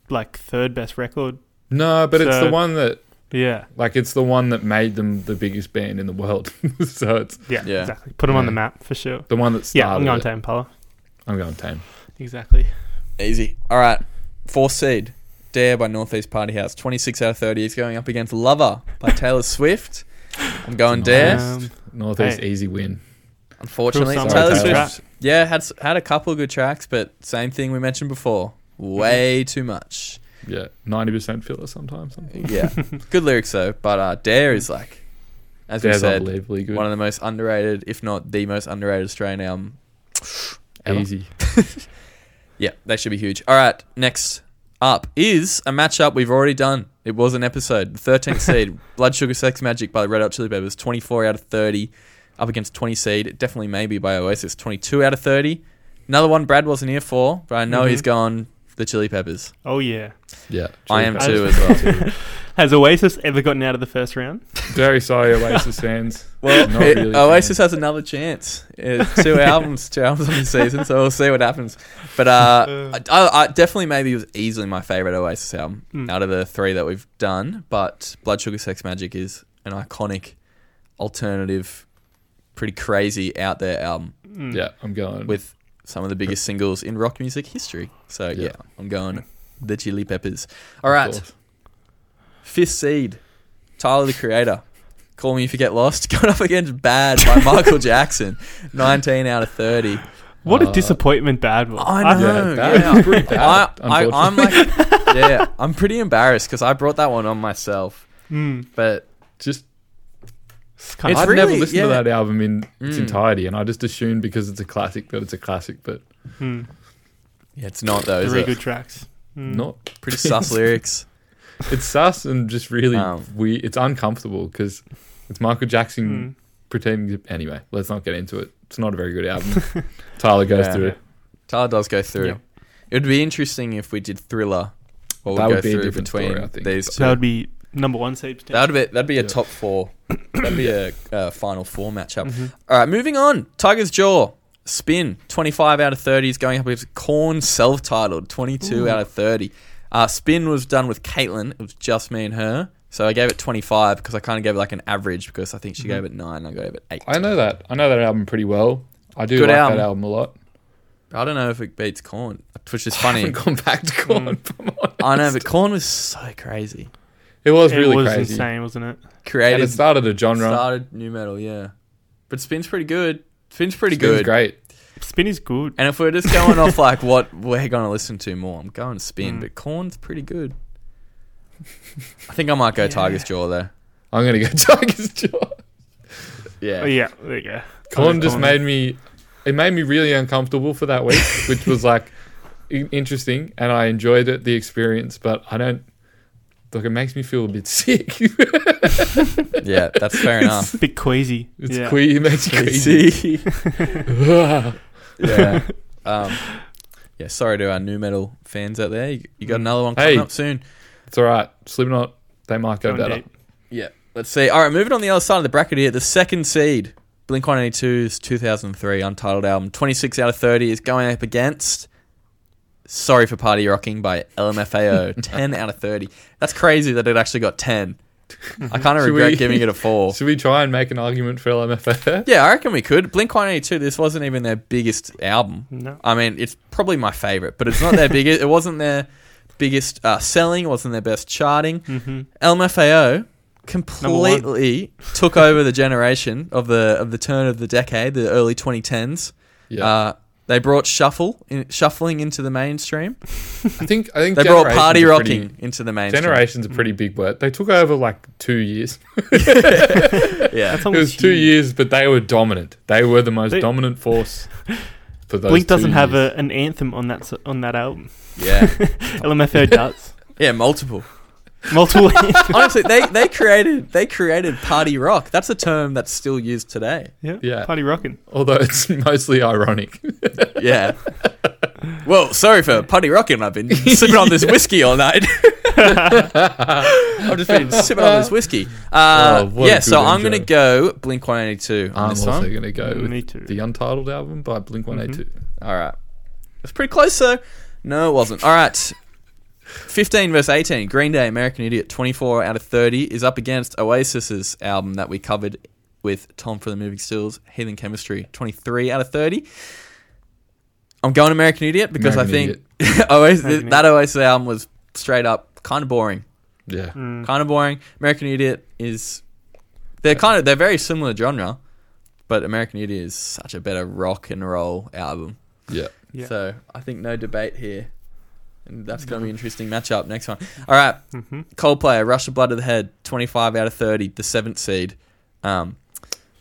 Speaker 2: like third best record.
Speaker 3: no, but it's
Speaker 2: So-
Speaker 3: the one that
Speaker 2: Yeah,
Speaker 3: like it's the one that made them the biggest band in the world. [laughs] so it's
Speaker 2: yeah,
Speaker 1: Yeah.
Speaker 2: exactly. Put them on
Speaker 3: Yeah.
Speaker 2: the map for sure.
Speaker 3: the one that started.
Speaker 2: Yeah, I'm going
Speaker 3: it.
Speaker 2: to Impala.
Speaker 3: I'm going tame.
Speaker 2: Exactly.
Speaker 1: Easy. All right. Fourth seed, Dare by Northeast Party House. 26 out of 30. He's going up against Lover by Taylor Swift. I'm going Dare.
Speaker 2: Nice. Um,
Speaker 3: Northeast
Speaker 2: hey.
Speaker 3: easy win.
Speaker 1: Unfortunately,
Speaker 2: Cool
Speaker 3: song.
Speaker 1: Taylor
Speaker 3: Sorry, Taylor.
Speaker 1: Swift, yeah, had, s- had a couple of good tracks, but same thing we mentioned before. Way too much.
Speaker 3: yeah, ninety percent filler sometimes. sometimes.
Speaker 1: Yeah, good lyrics though. But uh, Dare is like, as we
Speaker 3: Dare's
Speaker 1: said,
Speaker 3: unbelievably good.
Speaker 1: one of the most underrated, if not the most underrated Australian album. ever.
Speaker 3: Easy.
Speaker 1: Yeah, they should be huge. All right, next up is a matchup we've already done. It was an episode. The 13th seed, Blood Sugar Sex Magic by the Red Hot Chili Peppers, 24 out of 30, up against 20 seed, definitely maybe by Oasis, 22 out of 30. Another one Brad wasn't here for, but I know he's
Speaker 2: Mhm.
Speaker 1: gone the Chili Peppers.
Speaker 2: Oh yeah.
Speaker 3: Yeah,
Speaker 1: I am
Speaker 3: Chili
Speaker 1: too
Speaker 2: [laughs]
Speaker 3: Peppers.
Speaker 1: as well.
Speaker 2: Has Oasis ever gotten out of the first round?
Speaker 3: Very sorry,
Speaker 2: [laughs]
Speaker 3: Oasis fans.
Speaker 1: Well,
Speaker 3: Not
Speaker 1: it-
Speaker 3: really a
Speaker 1: Oasis
Speaker 3: fan.
Speaker 1: has another chance. Uh, two albums, two albums on the season, so we'll see what happens. But uh, I, I, I definitely, maybe it was easily my favorite Oasis album
Speaker 2: Mm.
Speaker 1: out of the three that we've done. But Blood Sugar Sex Magic is an iconic, alternative, pretty crazy out there album
Speaker 2: Mm.
Speaker 3: Yeah, I'm going with
Speaker 1: with some of the biggest singles in rock music history. So yeah,
Speaker 3: Yeah.
Speaker 1: I'm going the Chili Peppers. All right,
Speaker 3: course.
Speaker 1: fifth seed, Tyler the Creator. Call me if you get lost. [laughs] Going up against Bad by
Speaker 3: [laughs]
Speaker 1: Michael Jackson, 19 out of 30.
Speaker 2: What a
Speaker 3: Uh,
Speaker 2: disappointment bad was.
Speaker 1: I know.
Speaker 3: bad.
Speaker 1: Yeah, I'm
Speaker 3: Pretty bad,
Speaker 1: I, I, I'm like,
Speaker 3: [laughs]
Speaker 1: yeah, I'm pretty embarrassed because I brought that one on myself.
Speaker 2: Mm.
Speaker 1: But
Speaker 3: just.
Speaker 2: It's kind
Speaker 1: It's
Speaker 3: I've
Speaker 2: of,
Speaker 1: re-
Speaker 3: never
Speaker 1: really-
Speaker 3: listened
Speaker 1: yeah.
Speaker 3: to that album in its
Speaker 1: Mm.
Speaker 3: entirety, and I just assumed because it's a classic that it's a classic, but
Speaker 2: Mm.
Speaker 1: yeah, it's not though. Is
Speaker 2: Three
Speaker 1: it?
Speaker 2: good tracks. Mm.
Speaker 3: not
Speaker 1: Pretty sus lyrics.
Speaker 3: It's sus and just really
Speaker 1: Um.
Speaker 3: weird. It's uncomfortable because it's Michael Jackson
Speaker 2: Mm.
Speaker 3: pretending to. Anyway, let's not get into it. It's not a very good album.
Speaker 2: [laughs]
Speaker 3: Tyler goes
Speaker 1: Yeah.
Speaker 3: through it.
Speaker 1: Tyler does go through.
Speaker 2: Yeah.
Speaker 1: It would be interesting if we did Thriller. What
Speaker 3: That
Speaker 1: would go
Speaker 3: would be a
Speaker 1: through
Speaker 3: different story,
Speaker 1: between
Speaker 3: I think.
Speaker 1: these two?
Speaker 2: That would be number one seed. potential.
Speaker 1: That'd be that'd be a
Speaker 3: Yeah.
Speaker 1: top four. That'd be a uh, final four matchup.
Speaker 2: Mhm.
Speaker 1: All right, moving on. Tiger's Jaw spin twenty five out of thirty is going up against Corn self titled twenty two out of thirty. Uh, spin was done with Caitlin. It was just me and her. So I gave it twenty five because I kind of gave it like an average because I think she gave it nine. I gave it eight.
Speaker 3: Mm-hmm. I know that. I know that album pretty well. I do
Speaker 1: Good
Speaker 3: like
Speaker 1: album.
Speaker 3: that album a lot.
Speaker 1: I don't know if it beats Corn, which is
Speaker 3: [laughs] I
Speaker 1: funny.
Speaker 3: haven't gone back
Speaker 2: Mm.
Speaker 3: to Corn. Come on.
Speaker 1: I know, but Corn was so crazy.
Speaker 3: It was
Speaker 2: it
Speaker 3: really
Speaker 2: was
Speaker 3: crazy.
Speaker 2: insane, wasn't it?
Speaker 3: And
Speaker 1: Created
Speaker 3: it started a genre.
Speaker 1: started new metal, yeah. But spin's pretty good. Spin's pretty
Speaker 3: It's been
Speaker 1: good.
Speaker 3: Great.
Speaker 2: Spin is good.
Speaker 1: And if we're just going off
Speaker 2: [laughs]
Speaker 1: like what we're going to listen to more, I'm going to spin,
Speaker 2: Mm.
Speaker 1: but corn's pretty good. I think I might go
Speaker 2: Yeah.
Speaker 1: Tiger's Jaw though.
Speaker 3: I'm gonna go [laughs] Tiger's Jaw.
Speaker 1: Yeah.
Speaker 2: Oh, yeah, there you go.
Speaker 3: Corn
Speaker 2: Kinda
Speaker 3: just
Speaker 2: corn.
Speaker 3: made me. It made me really uncomfortable for that
Speaker 1: [laughs]
Speaker 3: week, which was like i- interesting, and I enjoyed it, the experience. But I don't. Like it makes me feel a bit [laughs] sick.
Speaker 1: Yeah, that's
Speaker 2: [laughs]
Speaker 1: fair enough.
Speaker 2: A bit queasy.
Speaker 3: It's
Speaker 2: yeah.
Speaker 3: queasy. It makes you queasy. yeah,
Speaker 1: [laughs] yeah. Um, yeah, sorry to our new metal fans out there. You, you got
Speaker 2: Mm.
Speaker 1: another one coming
Speaker 3: Hey.
Speaker 1: up soon.
Speaker 3: [laughs] it's all right. Slipknot. They might go
Speaker 2: Going
Speaker 3: better.
Speaker 2: deep.
Speaker 1: Yeah. Let's see. All right, moving on the other side of the bracket here. The second seed, Blink 182's 2003 Untitled album, 26 out of 30, is going up against Sorry for Party Rocking by
Speaker 3: [laughs]
Speaker 1: LMFAO, 10 out of 30. That's crazy that it actually got 10. I kind of
Speaker 3: Should
Speaker 1: regret
Speaker 3: we-
Speaker 1: giving it a
Speaker 3: [laughs]
Speaker 1: 4.
Speaker 3: Should we try and make an argument for
Speaker 1: [laughs]
Speaker 3: LMFAO?
Speaker 1: Yeah, I reckon we could. Blink 182, this wasn't even their biggest album.
Speaker 2: No.
Speaker 1: I mean, it's probably my favorite, but it's not
Speaker 3: [laughs]
Speaker 1: their biggest. It wasn't their biggest uh, selling, it wasn't their best charting.
Speaker 2: Mm-hmm.
Speaker 1: LMFAO completely took over the generation of the of the turn of the decade, the early 2010s.
Speaker 3: Yeah.
Speaker 1: Uh, they brought shuffle in, shuffling into the mainstream.
Speaker 3: I think. I think
Speaker 1: They brought
Speaker 3: generations
Speaker 1: party
Speaker 3: are pretty-
Speaker 1: rocking Mm. into the mainstream.
Speaker 3: Generation's a pretty big word. They took over like two years.
Speaker 1: yeah,
Speaker 3: [laughs]
Speaker 2: That's
Speaker 3: It
Speaker 2: almost
Speaker 3: was two
Speaker 2: huge.
Speaker 3: years, but they were dominant. They were the most
Speaker 2: They- [laughs]
Speaker 3: dominant force for those.
Speaker 2: Blink
Speaker 3: two
Speaker 2: doesn't have
Speaker 3: years.
Speaker 2: a, an anthem on that s- on that album. [laughs]
Speaker 1: yeah,
Speaker 2: LMFAO does.
Speaker 1: yeah. Multiple.
Speaker 3: [laughs]
Speaker 2: Multiple. [laughs]
Speaker 1: Honestly, they they created they created party rock. That's a term that's still used today.
Speaker 2: yeah.
Speaker 3: Yeah.
Speaker 2: Party rocking.
Speaker 3: Although it's [laughs] mostly ironic.
Speaker 1: [laughs] Yeah. Well, sorry for party rocking. I've been sipping on this whiskey all night. I've just been sipping on this whiskey. Uh,
Speaker 3: Oh, what a
Speaker 1: yeah, so
Speaker 3: good
Speaker 1: I'm going to
Speaker 3: intro.
Speaker 1: go Blink 182 on
Speaker 3: [laughs] I'm
Speaker 1: this
Speaker 3: also
Speaker 1: one.
Speaker 3: going to go with
Speaker 2: Me too.
Speaker 3: the Untitled album by Blink One Eight Two.
Speaker 1: All right. It's pretty close, though. No, it wasn't. All right. 15 verse 18. Green Day, American Idiot, 24 out of 30, is up against Oasis's album that we covered with Tom for the Moving Stills, Healing Chemistry, 23 out of 30. I'm going American Idiot because I
Speaker 3: American
Speaker 1: think [laughs] Oasis,
Speaker 2: American
Speaker 1: that Oasis album was straight up kind of boring.
Speaker 3: Yeah.
Speaker 2: Mm.
Speaker 1: Kind of boring. American Idiot is. They're kind of. They're very similar genre, but American Idiot is such a better rock and roll album.
Speaker 3: Yeah.
Speaker 2: Yeah.
Speaker 1: So I think no debate here. And that's going to be an interesting matchup next one. All right.
Speaker 2: mm-hmm.
Speaker 1: Coldplay, Rush of Blood to the Head, 25 out of 30, the seventh seed. Um,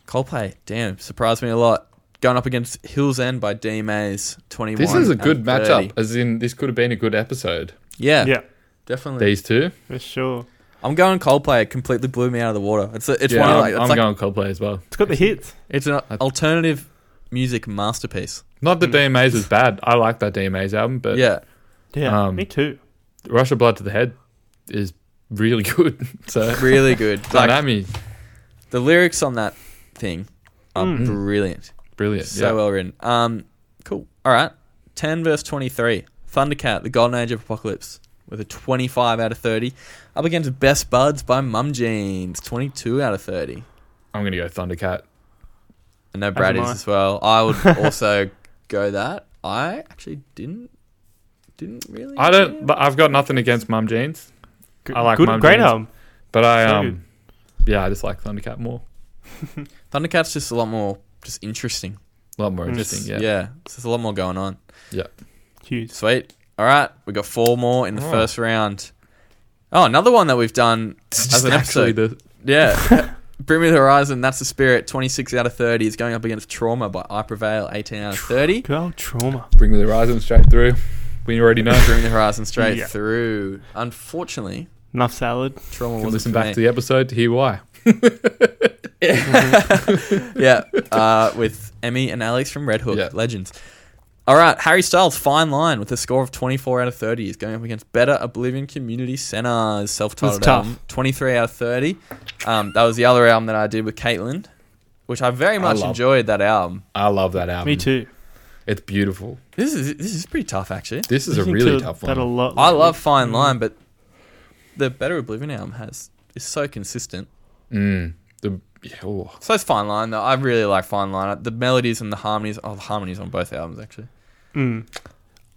Speaker 1: Coldplay, damn, surprised me a lot. Going up against Hills End by D Mays, 21.
Speaker 3: This is a
Speaker 1: out
Speaker 3: good
Speaker 1: of 30.
Speaker 3: matchup, as in this could have been a good episode.
Speaker 1: Yeah,
Speaker 2: Yeah,
Speaker 1: definitely.
Speaker 3: These two.
Speaker 2: for sure.
Speaker 1: I'm going Coldplay. It completely blew me out of the water. It's a, it's
Speaker 3: yeah,
Speaker 1: one of
Speaker 3: I'm,
Speaker 1: like, it's,
Speaker 3: I'm
Speaker 1: like
Speaker 3: going Coldplay as well.
Speaker 2: It's got the hits.
Speaker 1: it's an alternative music masterpiece.
Speaker 3: Not that
Speaker 2: Mm.
Speaker 3: DMA's is bad. I like that DMA's album, but
Speaker 1: yeah,
Speaker 2: Yeah,
Speaker 3: Um,
Speaker 2: me too.
Speaker 3: Rush of Blood to the Head is really [laughs] good. So
Speaker 1: really
Speaker 3: [laughs]
Speaker 1: good. Like,
Speaker 3: Dynami,
Speaker 1: the lyrics on that thing are
Speaker 2: Mm.
Speaker 1: brilliant.
Speaker 3: brilliant.
Speaker 1: So
Speaker 3: yeah.
Speaker 1: well written. Um, cool. All right. 10 verse 23. Thundercat, the Golden Age of Apocalypse, with a 25 out of 30. Up against Best Buds by Mum Jeans, 22 out of 30.
Speaker 3: I'm gonna go Thundercat.
Speaker 1: I know
Speaker 2: As
Speaker 1: Brad
Speaker 2: am
Speaker 1: is
Speaker 2: I.
Speaker 1: as well. I would
Speaker 3: [laughs]
Speaker 1: also go that. I actually didn't didn't really.
Speaker 3: I
Speaker 1: care.
Speaker 3: don't. But I've got nothing against Mum Jeans,
Speaker 2: G-
Speaker 3: I like
Speaker 2: good,
Speaker 3: Mum
Speaker 2: great
Speaker 3: Jeans.
Speaker 2: album.
Speaker 3: but I
Speaker 2: So
Speaker 3: um, yeah, I just like Thundercat more.
Speaker 1: Thundercat's just a lot more just interesting.
Speaker 3: A lot more
Speaker 2: Mm.
Speaker 3: interesting.
Speaker 1: yeah.
Speaker 3: yeah.
Speaker 1: There's a lot more going on.
Speaker 2: Huge.
Speaker 1: Sweet. All right, we got four more in the
Speaker 3: Oh.
Speaker 1: first round. Oh, another one that we've done
Speaker 3: It's
Speaker 1: as
Speaker 3: just
Speaker 1: an
Speaker 3: actually
Speaker 1: episode.
Speaker 3: the
Speaker 1: Yeah. Bring Me the Horizon, that's the spirit. 26 out of 30 is going up against Trauma by I Prevail, 18 out of 30.
Speaker 2: Good old trauma.
Speaker 3: Bring Me the Horizon straight through. We
Speaker 1: [laughs]
Speaker 3: already know.
Speaker 1: Bring Me the Horizon straight
Speaker 2: Yeah.
Speaker 1: through. Unfortunately,
Speaker 2: Enough salad.
Speaker 1: Trauma
Speaker 3: You
Speaker 1: wasn't
Speaker 3: can listen
Speaker 1: for
Speaker 3: back
Speaker 1: me.
Speaker 3: to the episode to hear why.
Speaker 1: yeah, uh, with Emmy and Alex from Red Hook,
Speaker 3: Yeah.
Speaker 1: legends. All right, Harry Styles, fine line with a score of 24 out of 30 is going up against Better Oblivion Community Center's self-titled
Speaker 2: That's tough.
Speaker 1: album, 23 out of 30. Um, that was the other album that I did with Caitlin, which I very much
Speaker 3: love-
Speaker 1: enjoyed that album.
Speaker 3: I love that album.
Speaker 2: Me too.
Speaker 3: It's beautiful.
Speaker 1: This is this is pretty tough actually.
Speaker 3: This is a
Speaker 2: Listening
Speaker 3: really
Speaker 2: to
Speaker 3: tough
Speaker 2: That a
Speaker 3: one.
Speaker 2: lot.
Speaker 1: I love
Speaker 2: lately.
Speaker 3: Mm.
Speaker 1: Fine Line, but the Better Oblivion album has is so consistent.
Speaker 3: Mm. The yeah, oh.
Speaker 1: So it's Fine Line though. I really like Fine Line. Uh, The melodies and the harmonies, oh, the harmonies on both albums actually.
Speaker 2: Mm.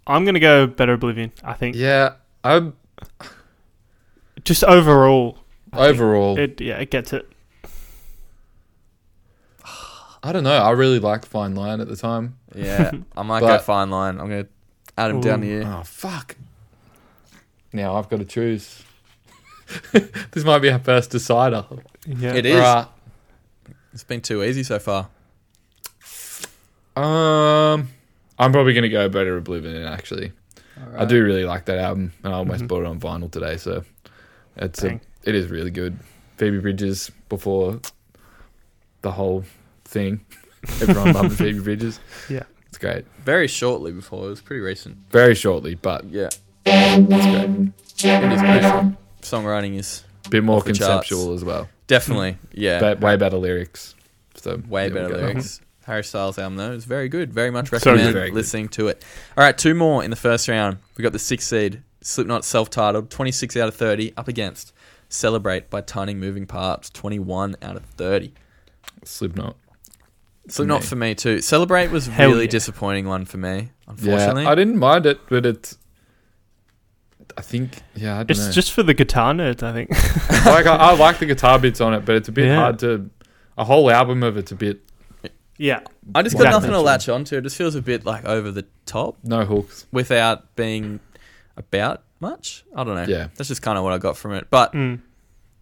Speaker 2: I'm gonna go Better Oblivion. I think
Speaker 3: yeah. I
Speaker 2: just overall, I think
Speaker 3: overall,
Speaker 2: it yeah, it gets it.
Speaker 3: I don't know. I really liked Fine Line at the time. [laughs]
Speaker 1: Yeah, I might go
Speaker 3: But-
Speaker 1: fine line. I'm gonna add him down
Speaker 2: Ooh.
Speaker 1: here.
Speaker 3: Oh fuck! Now I've got to choose. [laughs] this might be our first decider.
Speaker 2: Yeah,
Speaker 1: It is.
Speaker 3: Right.
Speaker 1: It's been too easy so far.
Speaker 3: Um, I'm probably gonna go Better Oblivion. Actually, I
Speaker 1: Alright.
Speaker 3: do really like that album, and I
Speaker 2: Mm-hmm.
Speaker 3: almost bought it on vinyl today. So it's a,
Speaker 2: Bang.
Speaker 3: it is really good. Phoebe Bridges before the whole
Speaker 2: [laughs]
Speaker 3: thing. Everyone loved Phoebe Bridges.
Speaker 2: Yeah.
Speaker 3: it's great.
Speaker 1: Very shortly before it was pretty recent.
Speaker 3: Very shortly, but
Speaker 1: Yeah, it
Speaker 3: it's great.
Speaker 1: is great. Songwriting is
Speaker 3: Bit more
Speaker 1: Off the charts.
Speaker 3: conceptual as well.
Speaker 1: definitely yeah,
Speaker 3: but way better lyrics. So
Speaker 1: way
Speaker 3: there we
Speaker 1: better
Speaker 3: go. Mm-hmm.
Speaker 1: lyrics. Harry Styles album though is very good. Very much
Speaker 2: So
Speaker 1: recommend
Speaker 3: good. Very good.
Speaker 1: listening to it. All right, two more in the first round. We got the sixth seed Slipknot self-titled, 26 out of 30, up against Celebrate by Tiny Moving Parts, 21 out of 30.
Speaker 2: Mm-hmm.
Speaker 3: Slipknot.
Speaker 1: Slipknot
Speaker 3: me.
Speaker 1: for me too. Celebrate was
Speaker 2: Hell
Speaker 1: really
Speaker 2: yeah.
Speaker 1: disappointing one for me.
Speaker 3: Yeah,
Speaker 1: Unfortunately,
Speaker 3: I didn't mind it, but it's. I think yeah, I don't
Speaker 2: It's
Speaker 3: know.
Speaker 2: just for the guitar nerds, I think. [laughs]
Speaker 3: like I, I like the guitar bits on it, but it's a bit
Speaker 2: Yeah.
Speaker 3: hard to. A whole album of it's a bit
Speaker 2: yeah,
Speaker 1: I just got
Speaker 2: Exactly.
Speaker 1: nothing to latch onto. It just feels a bit like over the top
Speaker 3: no hooks.
Speaker 1: without being about much. I don't know.
Speaker 3: Yeah.
Speaker 1: That's just kind of what I got from it. But
Speaker 2: Mm.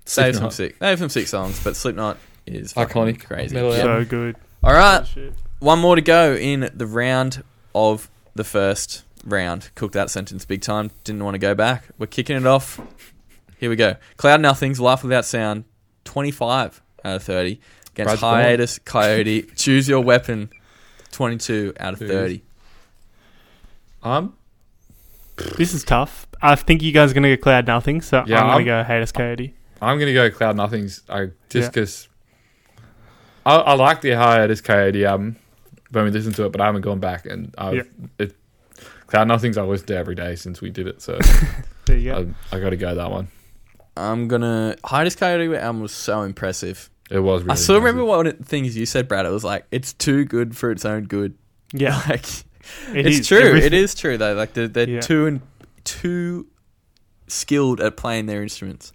Speaker 1: save some
Speaker 3: Slipknot.
Speaker 1: sick, save some sick songs. But Slipknot is fucking
Speaker 3: Iconic
Speaker 1: crazy.
Speaker 3: metal
Speaker 1: Yeah.
Speaker 3: album.
Speaker 2: so good.
Speaker 1: All right,
Speaker 2: Shit.
Speaker 1: one more to go in the round of the first round. Cooked that sentence big time. Didn't want to go back. We're kicking it off. Here we go. Cloud Nothings, Life Without Sound, 25 out of 30. Against
Speaker 3: Brad's gone.
Speaker 1: Hiatus, Coyote, Choose Your Weapon, 22 out of
Speaker 3: There
Speaker 1: 30.
Speaker 3: Um,
Speaker 2: This is tough. I think you guys are gonna go Cloud Nothing, so
Speaker 3: Yeah,
Speaker 2: I'm gonna
Speaker 3: I'm-
Speaker 2: go Haters Coyote.
Speaker 3: I'm gonna go Cloud Nothings. I
Speaker 2: Yeah.
Speaker 3: just because. I, I like the hiatus Coyote album when we listened to it, but I haven't gone back and I've, it. Cloud Nothings I listened to every day since we did it, so
Speaker 2: There you go.
Speaker 1: Uh,
Speaker 3: I, I got to go that one.
Speaker 1: I'm gonna Hiatus Coyote album was so impressive.
Speaker 3: It was. Really
Speaker 1: I still
Speaker 3: impressive.
Speaker 1: remember one of the things you said, Brad. It was like it's too good for its own good.
Speaker 2: yeah,
Speaker 1: [laughs] Like
Speaker 2: it
Speaker 1: it's
Speaker 2: is.
Speaker 1: true. It
Speaker 2: Everything-
Speaker 1: is true though. Like they're, they're
Speaker 2: Yeah.
Speaker 1: too and too skilled at playing their instruments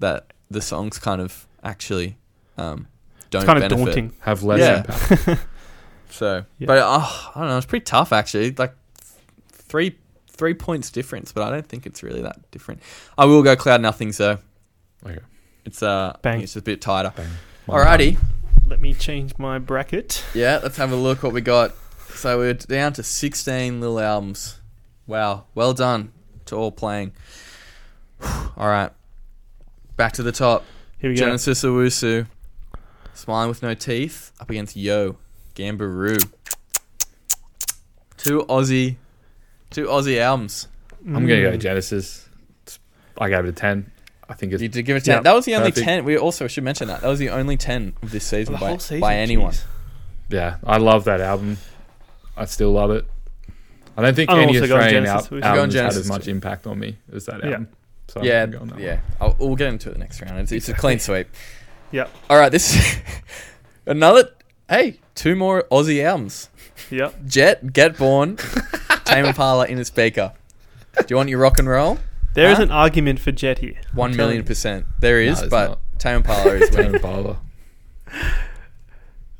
Speaker 1: that the songs kind of actually um, don't
Speaker 2: It's kind of
Speaker 1: benefit.
Speaker 2: daunting.
Speaker 3: have less
Speaker 1: Yeah.
Speaker 3: impact.
Speaker 1: So,
Speaker 2: Yeah.
Speaker 1: but oh, I don't know. It's pretty tough actually. Like three three points difference, but I don't think it's really that different. I will go Cloud Nothings though.
Speaker 3: Okay.
Speaker 1: It's uh, I
Speaker 2: Bang.
Speaker 1: think it's just a bit tighter.
Speaker 3: Bang.
Speaker 1: Alrighty,
Speaker 2: Let me change my bracket.
Speaker 1: yeah, let's have a look what we got. So we're down to sixteen little albums. Wow, well done to all playing. all right, back to the top.
Speaker 2: Here we go.
Speaker 1: Genesis Owusu, Smiling with No Teeth, up against Yo, Gambaroo. Two Aussie, two Aussie albums.
Speaker 3: I'm gonna go
Speaker 2: Mm.
Speaker 3: Genesis. It's- I gave it a ten. I think it's
Speaker 1: You did give it ten.
Speaker 2: Yep.
Speaker 1: That was the only
Speaker 3: Perfect.
Speaker 1: ten. We also should mention that that was the only ten of this season,
Speaker 2: The
Speaker 1: by,
Speaker 2: whole season,
Speaker 1: by anyone.
Speaker 2: jeez.
Speaker 3: yeah. I love that album. I still love it. I don't think
Speaker 2: I'm
Speaker 3: any
Speaker 2: also going
Speaker 3: Australian
Speaker 2: Genesis,
Speaker 3: al-
Speaker 2: we should-
Speaker 1: I'm going
Speaker 3: album has had
Speaker 1: Genesis
Speaker 3: as much
Speaker 1: too.
Speaker 3: impact on me as that
Speaker 2: Yeah.
Speaker 3: album. So
Speaker 1: yeah,
Speaker 3: I'm going that
Speaker 1: yeah. I'll, we'll get into it the next round. It's, it's a
Speaker 2: [laughs]
Speaker 1: clean sweep.
Speaker 2: Yep.
Speaker 1: All right, this [laughs] another. Hey, two more Aussie albums.
Speaker 2: Yep.
Speaker 1: Jet, Get Born,
Speaker 2: [laughs]
Speaker 1: Tame Impala, Inner Speaker. Do you want your rock and roll?
Speaker 2: There is
Speaker 1: Huh?
Speaker 2: an argument for Jet here.
Speaker 1: One
Speaker 2: I'm
Speaker 1: million percent. There is,
Speaker 3: there's
Speaker 1: but
Speaker 3: not.
Speaker 1: Tame Impala is
Speaker 2: [laughs]
Speaker 3: one.
Speaker 1: winning.
Speaker 3: Don't bother.
Speaker 2: telling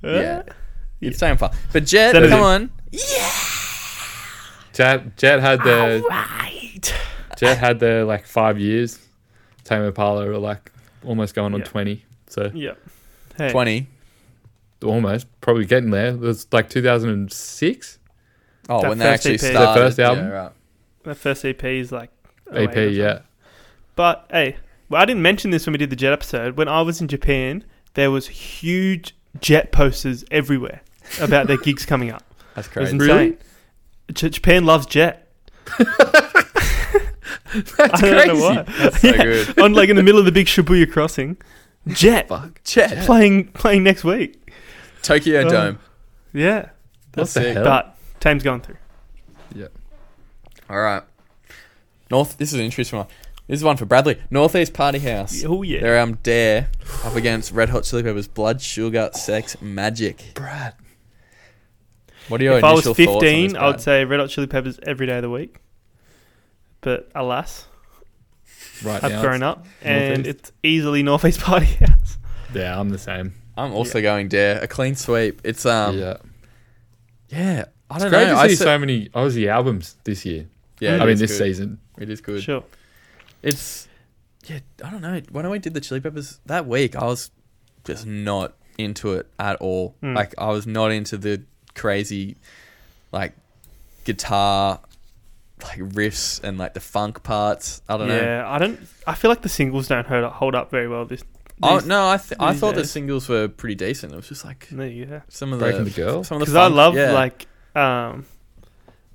Speaker 2: you.
Speaker 1: yeah.
Speaker 2: Uh,
Speaker 1: It's Tame Impala. But Jet,
Speaker 2: That is
Speaker 1: come
Speaker 2: it.
Speaker 1: on.
Speaker 3: Jet Jet had the
Speaker 1: Uh,
Speaker 3: Jet had the like five years. Tame Impala were like almost going on
Speaker 2: Yeah.
Speaker 3: twenty. So
Speaker 2: Yeah. Hey.
Speaker 1: 20.
Speaker 3: almost probably getting there. It was like 2006
Speaker 1: Oh,
Speaker 2: That
Speaker 1: when they
Speaker 2: first
Speaker 1: actually
Speaker 2: EP. Their
Speaker 1: started.
Speaker 3: first album?
Speaker 1: Yeah, right.
Speaker 2: That first EP is like. 08 or
Speaker 3: AP.
Speaker 2: something.
Speaker 3: Yeah,
Speaker 2: But hey, well, I didn't mention this when we did the Jet episode. When I was in Japan, there was huge Jet posters everywhere about their gigs coming up.
Speaker 1: That's
Speaker 2: It was
Speaker 1: crazy.
Speaker 2: insane.
Speaker 1: [laughs]
Speaker 3: Really?
Speaker 2: J- Japan loves Jet.
Speaker 3: that's
Speaker 2: I don't
Speaker 3: crazy.
Speaker 2: know why.
Speaker 1: That's so
Speaker 2: Yeah.
Speaker 1: good.
Speaker 2: [laughs] On like in the middle of the big Shibuya crossing, Jet
Speaker 3: Fuck.
Speaker 1: Jet.
Speaker 2: playing playing next week.
Speaker 1: Tokyo
Speaker 2: Oh.
Speaker 1: Dome.
Speaker 2: Yeah,
Speaker 1: That's
Speaker 3: what the
Speaker 1: sick.
Speaker 3: hell?
Speaker 2: but Tame's gone through.
Speaker 1: All right. North. This is an interesting one. This is one for Bradley. Northeast Party House.
Speaker 2: Oh yeah,
Speaker 1: Their um Dare up against Red Hot Chili Peppers. Blood, Sugar, Sex, Magic.
Speaker 3: Brad.
Speaker 1: What are your
Speaker 2: if I was
Speaker 1: initial thoughts on this,
Speaker 2: 15, I
Speaker 1: Brad?
Speaker 2: would say Red Hot Chili Peppers every day of the week. But alas,
Speaker 3: Right
Speaker 2: I've
Speaker 3: now.
Speaker 2: grown up, and
Speaker 3: Northeast.
Speaker 2: it's easily Northeast Party [laughs] House.
Speaker 3: Yeah, I'm the same.
Speaker 1: I'm also going Dare. A clean sweep. It's um. Yeah.
Speaker 3: yeah,
Speaker 1: I
Speaker 3: it's
Speaker 1: don't
Speaker 3: great
Speaker 1: know.
Speaker 3: to
Speaker 1: I
Speaker 3: see
Speaker 1: se-
Speaker 3: so many Aussie albums this year.
Speaker 1: yeah.
Speaker 3: I
Speaker 1: it
Speaker 3: mean,
Speaker 1: is
Speaker 3: this
Speaker 1: good.
Speaker 3: season.
Speaker 1: It is good.
Speaker 2: Sure.
Speaker 1: It's yeah, I don't know. When I did the Chili Peppers that week, I was just not into it at all.
Speaker 2: Mm.
Speaker 1: Like I was not into the crazy, like guitar, like riffs and like the funk parts. I don't know.
Speaker 2: yeah, I don't. I feel like the singles don't hold up, hold up very well. This.
Speaker 1: Oh
Speaker 2: these-
Speaker 1: no, I th- I
Speaker 2: these
Speaker 1: thought the
Speaker 2: days.
Speaker 1: singles were pretty decent. It was just like
Speaker 2: There you go.
Speaker 1: some of
Speaker 3: Breaking
Speaker 1: the,
Speaker 3: the Girl?
Speaker 1: some of the
Speaker 2: Because I
Speaker 1: funk-
Speaker 2: love
Speaker 1: yeah.
Speaker 2: like um,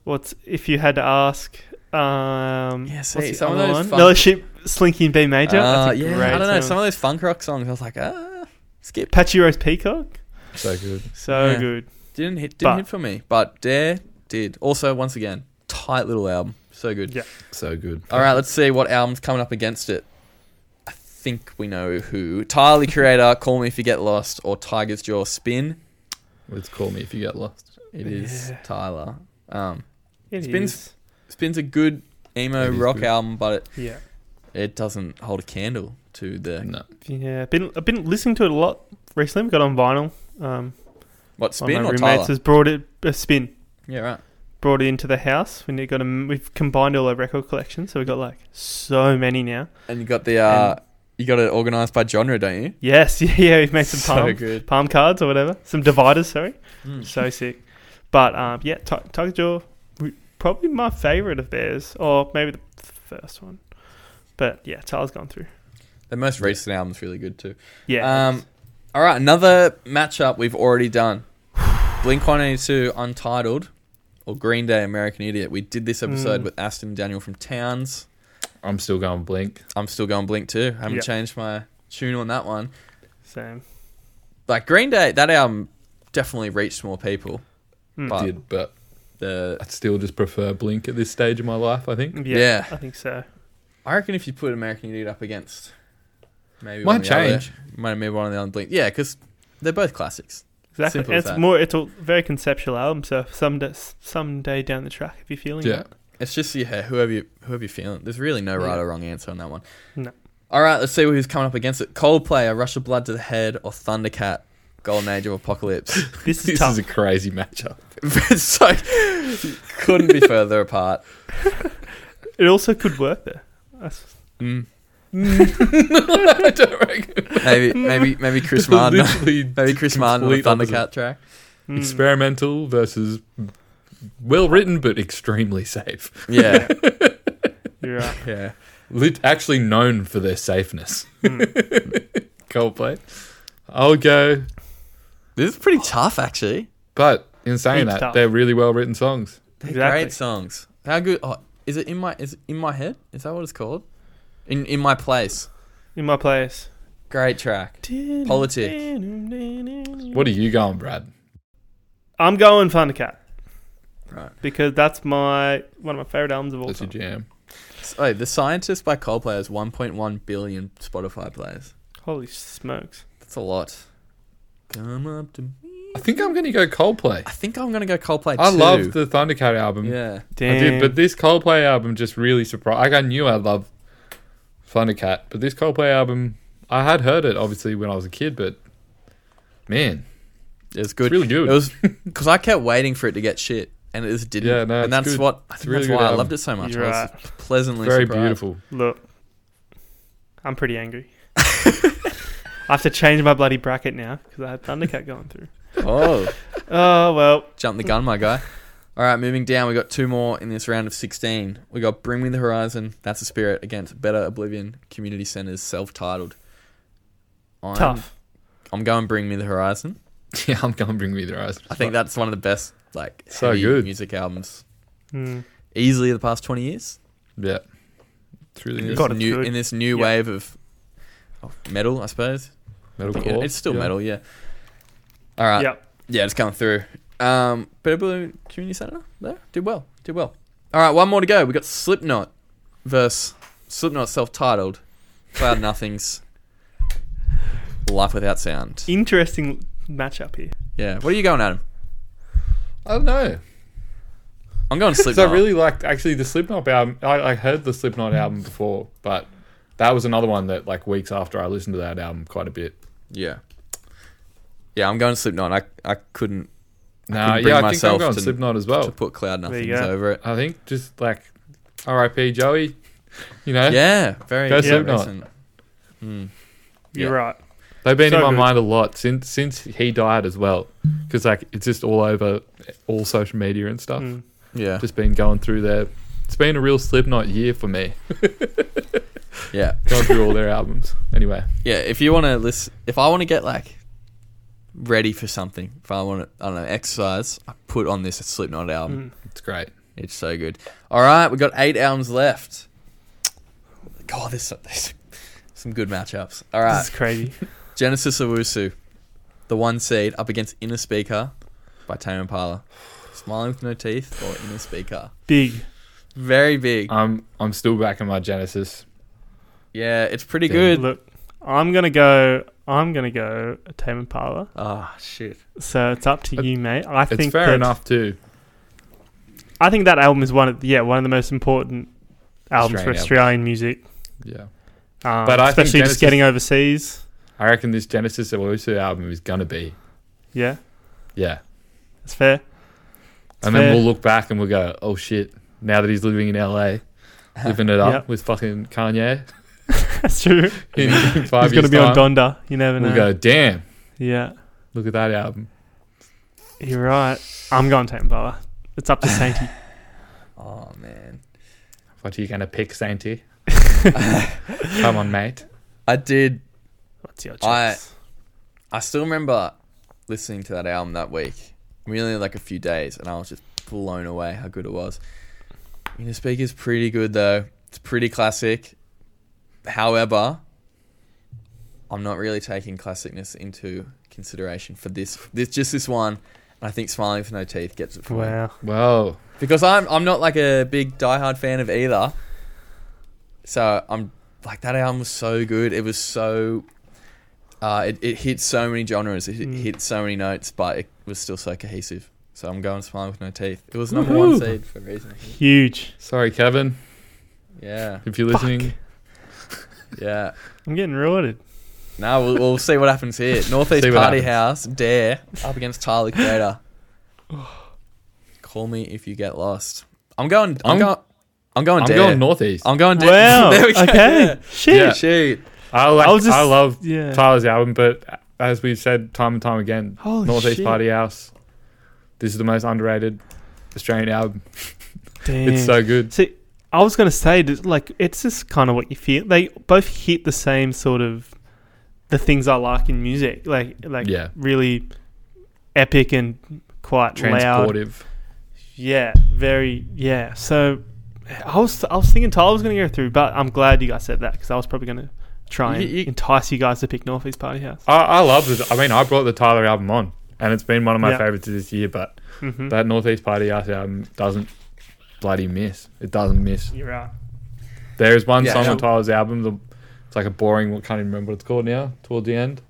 Speaker 2: what's if you had to ask um,
Speaker 1: Yeah, see,
Speaker 2: what's the
Speaker 1: some of
Speaker 2: other
Speaker 1: those
Speaker 2: one?
Speaker 1: fun-
Speaker 2: Mellow Sheep, Slinky and B Major.
Speaker 1: Uh,
Speaker 2: That's a
Speaker 1: yeah,
Speaker 2: great
Speaker 1: I don't know.
Speaker 2: song.
Speaker 1: Some of those funk rock songs, I was like, ah, skip.
Speaker 2: Patchy Rose Peacock,
Speaker 3: So good.
Speaker 2: so
Speaker 1: Yeah.
Speaker 2: good.
Speaker 1: Didn't hit didn't
Speaker 2: But-
Speaker 1: hit for me, but Dare did. Also, once again, tight little album, so good.
Speaker 2: Yeah.
Speaker 3: So good.
Speaker 1: All right, let's see what album's coming up against it. I think we know who. Tyler the Creator, Call Me If You Get Lost, or Tiger's Jaw Spin.
Speaker 3: Let's call me if you get lost.
Speaker 1: It is
Speaker 2: Yeah.
Speaker 1: Tyler. Um,
Speaker 2: It
Speaker 1: Spins-
Speaker 2: is.
Speaker 1: Spin's a good emo
Speaker 3: It is
Speaker 1: rock
Speaker 3: good.
Speaker 1: album, but it,
Speaker 2: Yeah,
Speaker 1: it doesn't hold a candle to the
Speaker 3: No.
Speaker 2: yeah. Been I've been listening to it a lot recently. We got it on vinyl. Um,
Speaker 1: what
Speaker 2: one of
Speaker 1: Spin
Speaker 2: my
Speaker 1: or
Speaker 2: roommates
Speaker 1: Tyler.
Speaker 2: has brought it a spin.
Speaker 1: yeah, right.
Speaker 2: Brought it into the house. We got a, we've combined all our record collections, so we've got like so many now.
Speaker 1: And you got the uh, you got it organized by genre, don't you?
Speaker 2: Yes, [laughs] yeah, yeah. We've made some
Speaker 1: so
Speaker 2: palm Hmm.
Speaker 1: good.
Speaker 2: palm cards or whatever, some dividers.
Speaker 1: [laughs]
Speaker 2: Sorry,
Speaker 1: Mm.
Speaker 2: so sick. But um, yeah, Ti- Tiger Jaw, w- probably my favorite of theirs, or maybe the first one. But yeah, Tyler's gone through.
Speaker 1: The most recent album's really good too.
Speaker 2: Yeah,
Speaker 1: Um, all right, another matchup we've already done. Blink One Eighty Two, Untitled, or Green Day, American Idiot. We did this episode
Speaker 2: Mm.
Speaker 1: with Aston Daniel from Towns.
Speaker 3: I'm still going blink.
Speaker 1: I'm still going Blink too. I haven't
Speaker 2: Yeah.
Speaker 1: changed my tune on that one.
Speaker 2: same.
Speaker 1: Like Green Day, that album definitely reached more people.
Speaker 2: Mm.
Speaker 1: But
Speaker 3: Did but
Speaker 1: the
Speaker 3: I still just prefer blink at this stage of my life. I think
Speaker 2: Yeah,
Speaker 1: Yeah.
Speaker 2: I think so.
Speaker 1: I reckon if you put American Idiot up against, maybe
Speaker 3: Might
Speaker 1: one of the other-
Speaker 3: change.
Speaker 1: might maybe one of the other Blink. Yeah, because they're both classics.
Speaker 2: Exactly.
Speaker 1: Simple
Speaker 2: And
Speaker 1: as
Speaker 2: it's
Speaker 1: that.
Speaker 2: more. It's a very conceptual album. So some da- someday down the track, if you're feeling
Speaker 3: Yeah.
Speaker 2: that,
Speaker 1: It's just yeah, whoever you whoever you're feeling. There's really no right
Speaker 3: Yeah.
Speaker 1: or wrong answer on that one.
Speaker 2: No.
Speaker 1: All right, let's see who's coming up against it. Coldplay, A Rush of Blood to the Head, or Thundercat, Golden Age of Apocalypse. [laughs]
Speaker 2: this is
Speaker 3: this
Speaker 2: tough.
Speaker 3: is a crazy matchup.
Speaker 1: it's like couldn't be further apart.
Speaker 2: it also could work there. That's,
Speaker 1: Mm.
Speaker 3: I don't reckon.
Speaker 1: Maybe maybe maybe
Speaker 3: [laughs]
Speaker 1: Chris Martin.
Speaker 3: Literally
Speaker 1: [laughs] Maybe Chris Martin on the
Speaker 3: complete opposite.
Speaker 1: Thundercat track.
Speaker 2: mm.
Speaker 3: Experimental versus well written but extremely safe.
Speaker 1: Yeah,
Speaker 2: You're right.
Speaker 1: yeah.
Speaker 3: Lit- actually known for their safeness.
Speaker 1: [laughs]
Speaker 2: Mm.
Speaker 3: Coldplay. I'll go.
Speaker 1: This is pretty tough, actually.
Speaker 3: But in saying
Speaker 2: It's
Speaker 3: that,
Speaker 2: tough.
Speaker 3: they're really well written songs.
Speaker 1: They're
Speaker 2: Exactly.
Speaker 1: great songs. How good? Oh, is it in my is it in my head? Is that what it's called? In in my place.
Speaker 2: In my place.
Speaker 1: Great track.
Speaker 2: [laughs]
Speaker 1: Politic.
Speaker 3: What are you going, Brad?
Speaker 2: I'm going Thundercat.
Speaker 1: Right.
Speaker 2: Because that's my one of my favorite albums of all
Speaker 3: That's your
Speaker 2: time.
Speaker 3: jam.
Speaker 1: So, Oh, the Scientist by Coldplay has 1.1 billion Spotify plays.
Speaker 2: Holy smokes!
Speaker 1: That's a lot. Come up to me.
Speaker 3: I think I'm going to go Coldplay.
Speaker 1: I think I'm gonna go Coldplay.
Speaker 3: I
Speaker 1: too.
Speaker 3: love the Thundercat album.
Speaker 1: Yeah.
Speaker 2: Damn.
Speaker 3: I did, but this Coldplay album just really surprised. Like I knew I loved Thundercat, but this Coldplay album, I had heard it obviously when I was a kid, but man,
Speaker 1: It was good.
Speaker 3: It's really good.
Speaker 1: It was because I kept waiting for it to get shit, and it just didn't.
Speaker 3: Yeah, no, it's
Speaker 1: and that's
Speaker 3: good.
Speaker 1: what I
Speaker 3: It's
Speaker 1: think
Speaker 3: really
Speaker 1: that's
Speaker 3: good
Speaker 1: why I
Speaker 3: album.
Speaker 1: loved it so much.
Speaker 2: You're
Speaker 1: I was pleasantly
Speaker 3: very
Speaker 1: surprised.
Speaker 3: beautiful. [laughs]
Speaker 2: Look, I'm pretty angry. I have to change my bloody bracket now because I had Thundercat going through.
Speaker 1: Oh,
Speaker 2: [laughs] Oh well,
Speaker 1: jump the gun, my guy. All right, moving down, we got two more in this round of sixteen. We got Bring Me the Horizon, That's the Spirit against Better Oblivion, Community Centers, self-titled. I'm,
Speaker 2: tough.
Speaker 1: I'm going Bring Me the Horizon.
Speaker 3: Yeah, I'm going to bring me the eyes.
Speaker 1: I think that's one of the best like
Speaker 3: So
Speaker 1: heavy
Speaker 3: good.
Speaker 1: music albums
Speaker 2: Mm.
Speaker 1: easily the past twenty years.
Speaker 3: Yeah, it's really
Speaker 1: In
Speaker 3: good.
Speaker 1: this
Speaker 2: God, it's
Speaker 1: new
Speaker 2: good.
Speaker 1: in this new
Speaker 2: Yeah.
Speaker 1: wave of, of metal, I suppose.
Speaker 3: Metalcore.
Speaker 1: Yeah, it's still
Speaker 3: yeah.
Speaker 1: metal, yeah. All right.
Speaker 2: Yep.
Speaker 1: Yeah, it's coming through. Um, but Blue Community Centre there did well. Did well. All right, one more to go. We got Slipknot versus Slipknot self-titled
Speaker 3: [laughs]
Speaker 1: Cloud Nothings. Life without sound.
Speaker 2: Interesting matchup here.
Speaker 1: Yeah. What are you going, Adam?
Speaker 3: I don't know.
Speaker 1: I'm
Speaker 3: [laughs]
Speaker 1: going
Speaker 3: Because
Speaker 1: Slipknot.
Speaker 3: I really liked actually the Slipknot album. I, I heard the Slipknot album before, but that was another one that like weeks after I listened to that album quite a bit.
Speaker 1: Yeah. Yeah, I'm going Slipknot. I I couldn't
Speaker 3: Nah,
Speaker 1: bring
Speaker 3: yeah, I think I'm
Speaker 1: myself
Speaker 3: going
Speaker 1: to-
Speaker 3: Slipknot as well.
Speaker 1: to put Cloud
Speaker 2: There you
Speaker 1: Nothings
Speaker 2: go.
Speaker 1: over it.
Speaker 3: I think just like R.I.P. Joey. You know,
Speaker 1: Yeah, very
Speaker 3: Go
Speaker 1: yeah,
Speaker 3: Slipknot.
Speaker 1: recent. Hmm.
Speaker 2: You're
Speaker 1: Yeah.
Speaker 2: right.
Speaker 3: they've been
Speaker 2: So
Speaker 3: in my
Speaker 2: good.
Speaker 3: mind a lot since since he died as well, because like it's just all over all social media and stuff.
Speaker 2: Mm.
Speaker 1: Yeah.
Speaker 3: Just been going through their. It's been a real Slipknot year for me,
Speaker 1: Yeah.
Speaker 3: going
Speaker 2: [laughs]
Speaker 3: through all their albums. Anyway,
Speaker 1: Yeah, if you want to listen, if I want to get like ready for something, if I want to, I don't know, exercise, I put on this Slipknot album.
Speaker 2: Mm.
Speaker 3: it's great.
Speaker 1: It's so good. All right, we got eight albums left. God, there's, some- there's some good matchups. All
Speaker 2: This
Speaker 1: right,
Speaker 2: [laughs] is crazy.
Speaker 1: Genesis Owusu, the one seed, up against Inner Speaker by Tame Impala. Smiling with no teeth or Inner Speaker.
Speaker 2: Big.
Speaker 1: Very big.
Speaker 3: I'm I'm still back in my Genesis.
Speaker 1: Yeah, it's pretty
Speaker 3: Damn.
Speaker 1: good.
Speaker 2: Look, I'm gonna go. I'm gonna go Tame Impala.
Speaker 1: Ah, shit.
Speaker 2: So it's up to
Speaker 3: It-
Speaker 2: you, mate. I
Speaker 3: It's
Speaker 2: think
Speaker 3: fair
Speaker 2: that-
Speaker 3: enough too.
Speaker 2: I think that album is one of yeah one of the most important albums
Speaker 3: Australian
Speaker 2: for Australian music.
Speaker 3: Yeah,
Speaker 2: Um,
Speaker 3: But I think
Speaker 2: especially
Speaker 3: Genesis-
Speaker 2: just getting overseas.
Speaker 3: I reckon this Genesis Owusu album is gonna be
Speaker 2: Yeah,
Speaker 3: yeah.
Speaker 2: it's fair. [laughs] fair.
Speaker 3: and then we'll look back and we'll go, oh shit! Now that he's living in LA, living it up
Speaker 2: Yep.
Speaker 3: with fucking Kanye
Speaker 2: That's true.
Speaker 3: in, in
Speaker 2: [laughs]
Speaker 3: five
Speaker 2: He's gonna
Speaker 3: years
Speaker 2: be on
Speaker 3: time,
Speaker 2: Donda. You never know.
Speaker 3: We'll go, damn!
Speaker 2: Yeah,
Speaker 3: Look at that album.
Speaker 2: you're right. I'm going Tame Impala. It's
Speaker 3: [laughs]
Speaker 2: up to Sainty.
Speaker 1: Oh, man.
Speaker 3: What are you gonna pick, Sainty?
Speaker 2: [laughs]
Speaker 3: Come on, mate.
Speaker 1: I did
Speaker 2: What's your
Speaker 1: I-
Speaker 2: choice?
Speaker 1: I still remember listening to that album that week. Really, like a few days, and I was just blown away how good it was. Inner Speaker's pretty good though. It's pretty classic. However, I'm not really taking classicness into consideration for this. This just this one, and I think Smiling for No Teeth gets it for me
Speaker 2: wow.
Speaker 3: Whoa,
Speaker 1: because I'm I'm not like a big diehard fan of either. So I'm like that album was so good. It was so uh, it it hit so many genres. It hit,
Speaker 2: Mm.
Speaker 1: hit so many notes, but it was still so cohesive. So I'm going smiling with no teeth. It was number one
Speaker 2: Woohoo.
Speaker 1: seed for a reason. I think.
Speaker 2: Huge.
Speaker 3: sorry, Kevin,
Speaker 1: Yeah,
Speaker 3: if you're listening.
Speaker 2: Fuck.
Speaker 1: yeah.
Speaker 2: I'm getting rewarded.
Speaker 1: Now we'll, we'll see what happens
Speaker 3: [laughs]
Speaker 1: here. Northeast
Speaker 3: See what
Speaker 1: Party
Speaker 3: happens.
Speaker 1: House Dare up against Tyler
Speaker 3: [gasps]
Speaker 1: Creator. Call me if you get lost. I'm going. I'm,
Speaker 3: I'm-
Speaker 1: going. I'm going
Speaker 3: I'm
Speaker 1: Dare.
Speaker 3: going northeast.
Speaker 1: I'm [laughs] going Dare.
Speaker 2: Wow.
Speaker 1: there we go.
Speaker 2: Okay.
Speaker 1: Yeah. [laughs]
Speaker 2: Shit.
Speaker 3: Yeah.
Speaker 1: Shit.
Speaker 3: I like.
Speaker 2: I
Speaker 3: I,
Speaker 2: was just-
Speaker 3: love
Speaker 2: [laughs] yeah.
Speaker 3: Tyler's album, but as we've said time and time again,
Speaker 2: Holy
Speaker 3: Northeast
Speaker 2: Oh, shit.
Speaker 3: Party House. This is the most underrated Australian album.
Speaker 2: Damn.
Speaker 3: It's so good.
Speaker 2: See, I was going to say, just, like, it's just kind of what you feel. They both hit the same sort of the things I like in music, like, like
Speaker 3: Yeah.
Speaker 2: really epic and quite loud.
Speaker 3: Transportive.
Speaker 2: Yeah, very yeah. So, I was I was thinking Tyler was going to go through, but I'm glad you guys said that because I was probably going to try and
Speaker 1: You- you-
Speaker 2: entice you guys to pick Northeast Party House.
Speaker 3: I, I love this. I mean, I brought the Tyler album on, and it's been one of my
Speaker 2: Yeah.
Speaker 3: favorites of this year. But
Speaker 2: hmm
Speaker 3: that Northeast Party House album doesn't bloody miss. It doesn't miss.
Speaker 2: You're right.
Speaker 3: There is one
Speaker 1: Yeah,
Speaker 3: song
Speaker 1: yeah.
Speaker 3: on Tyler's album. The, it's like a boring. I can't even remember what it's called now. Towards the end,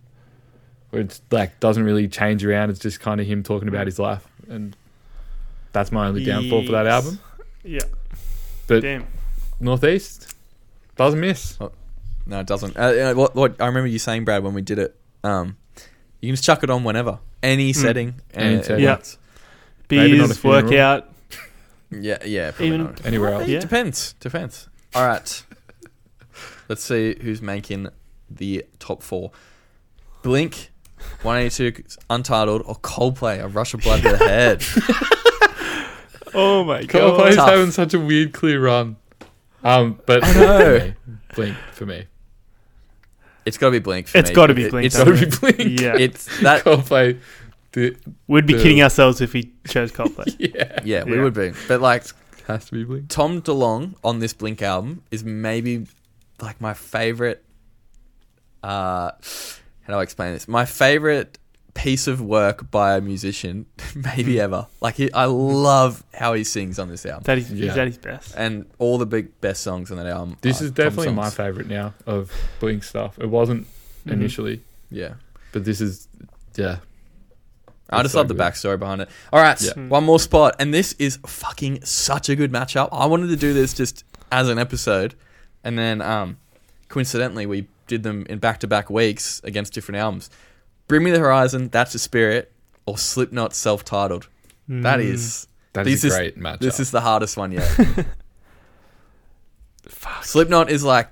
Speaker 3: where it's like doesn't really change around. It's just kind of him talking about his life, and that's my only downfall for that
Speaker 2: Yes.
Speaker 3: album.
Speaker 2: Yeah.
Speaker 3: But-
Speaker 2: Damn.
Speaker 3: Northeast doesn't miss.
Speaker 1: No, it doesn't. Uh, you know, what, what I remember you saying, Brad, when we did it, um, you can just chuck it on whenever, any setting,
Speaker 3: Hmm. Any
Speaker 1: uh,
Speaker 3: setting.
Speaker 2: Yeah.
Speaker 1: it's-
Speaker 3: Maybe not a
Speaker 2: Beers,
Speaker 3: funeral.
Speaker 2: workout.
Speaker 1: yeah, yeah. Probably
Speaker 2: Even-
Speaker 1: not.
Speaker 3: Anywhere else.
Speaker 2: Yeah.
Speaker 1: Depends, depends. All right, let's see who's making the top four. Blink, 182, Untitled, or Coldplay, A Rush of Blood to the Head.
Speaker 3: [laughs]
Speaker 2: Oh my
Speaker 3: Coldplay's
Speaker 2: god.
Speaker 1: Tough.
Speaker 3: having such a weird clear run. Um, but
Speaker 1: I
Speaker 3: [laughs]
Speaker 1: know.
Speaker 3: for me, Blink for me.
Speaker 1: It's got to be Blink. For
Speaker 2: It's
Speaker 1: me.
Speaker 2: got to be
Speaker 1: It-
Speaker 2: Blink.
Speaker 1: It's,
Speaker 3: It's gotta be Blink.
Speaker 2: Yeah.
Speaker 1: it's
Speaker 2: [laughs]
Speaker 1: that.
Speaker 3: Coldplay. The,
Speaker 2: We'd be
Speaker 3: Yeah.
Speaker 2: kidding ourselves if we chose Coldplay.
Speaker 3: [laughs] yeah.
Speaker 1: Yeah, we
Speaker 2: Yeah.
Speaker 1: would be. But like
Speaker 3: Has to be Blink.
Speaker 1: Tom DeLong on this Blink album is maybe like my favorite. Uh, how do I explain this? My favorite piece of work by a musician, [laughs]
Speaker 3: Hmm.
Speaker 1: maybe ever. Like he, I love how he sings on this album,
Speaker 2: that is,
Speaker 3: Yeah.
Speaker 2: is that his best.
Speaker 1: and all the big best songs on that album.
Speaker 3: This
Speaker 1: are
Speaker 3: is
Speaker 1: Tom
Speaker 3: definitely
Speaker 1: songs.
Speaker 3: my favorite now of Blink stuff. It wasn't
Speaker 2: Mhm.
Speaker 3: initially,
Speaker 1: Yeah,
Speaker 3: but this is yeah.
Speaker 1: I
Speaker 3: It's
Speaker 1: just
Speaker 3: so
Speaker 1: love
Speaker 3: good.
Speaker 1: the backstory behind it. All right,
Speaker 3: Yeah.
Speaker 2: Mm.
Speaker 1: one more spot, and this is fucking such a good matchup. I wanted to do this just as an episode, and then um, coincidentally, we did them in back-to-back weeks against different albums. Bring Me the Horizon, That's the Spirit, or Slipknot self-titled. That
Speaker 3: Hmm.
Speaker 2: Mm.
Speaker 1: is
Speaker 3: That's
Speaker 1: This is-
Speaker 3: a great matchup.
Speaker 1: this is the hardest one yet. [laughs] Slipknot is like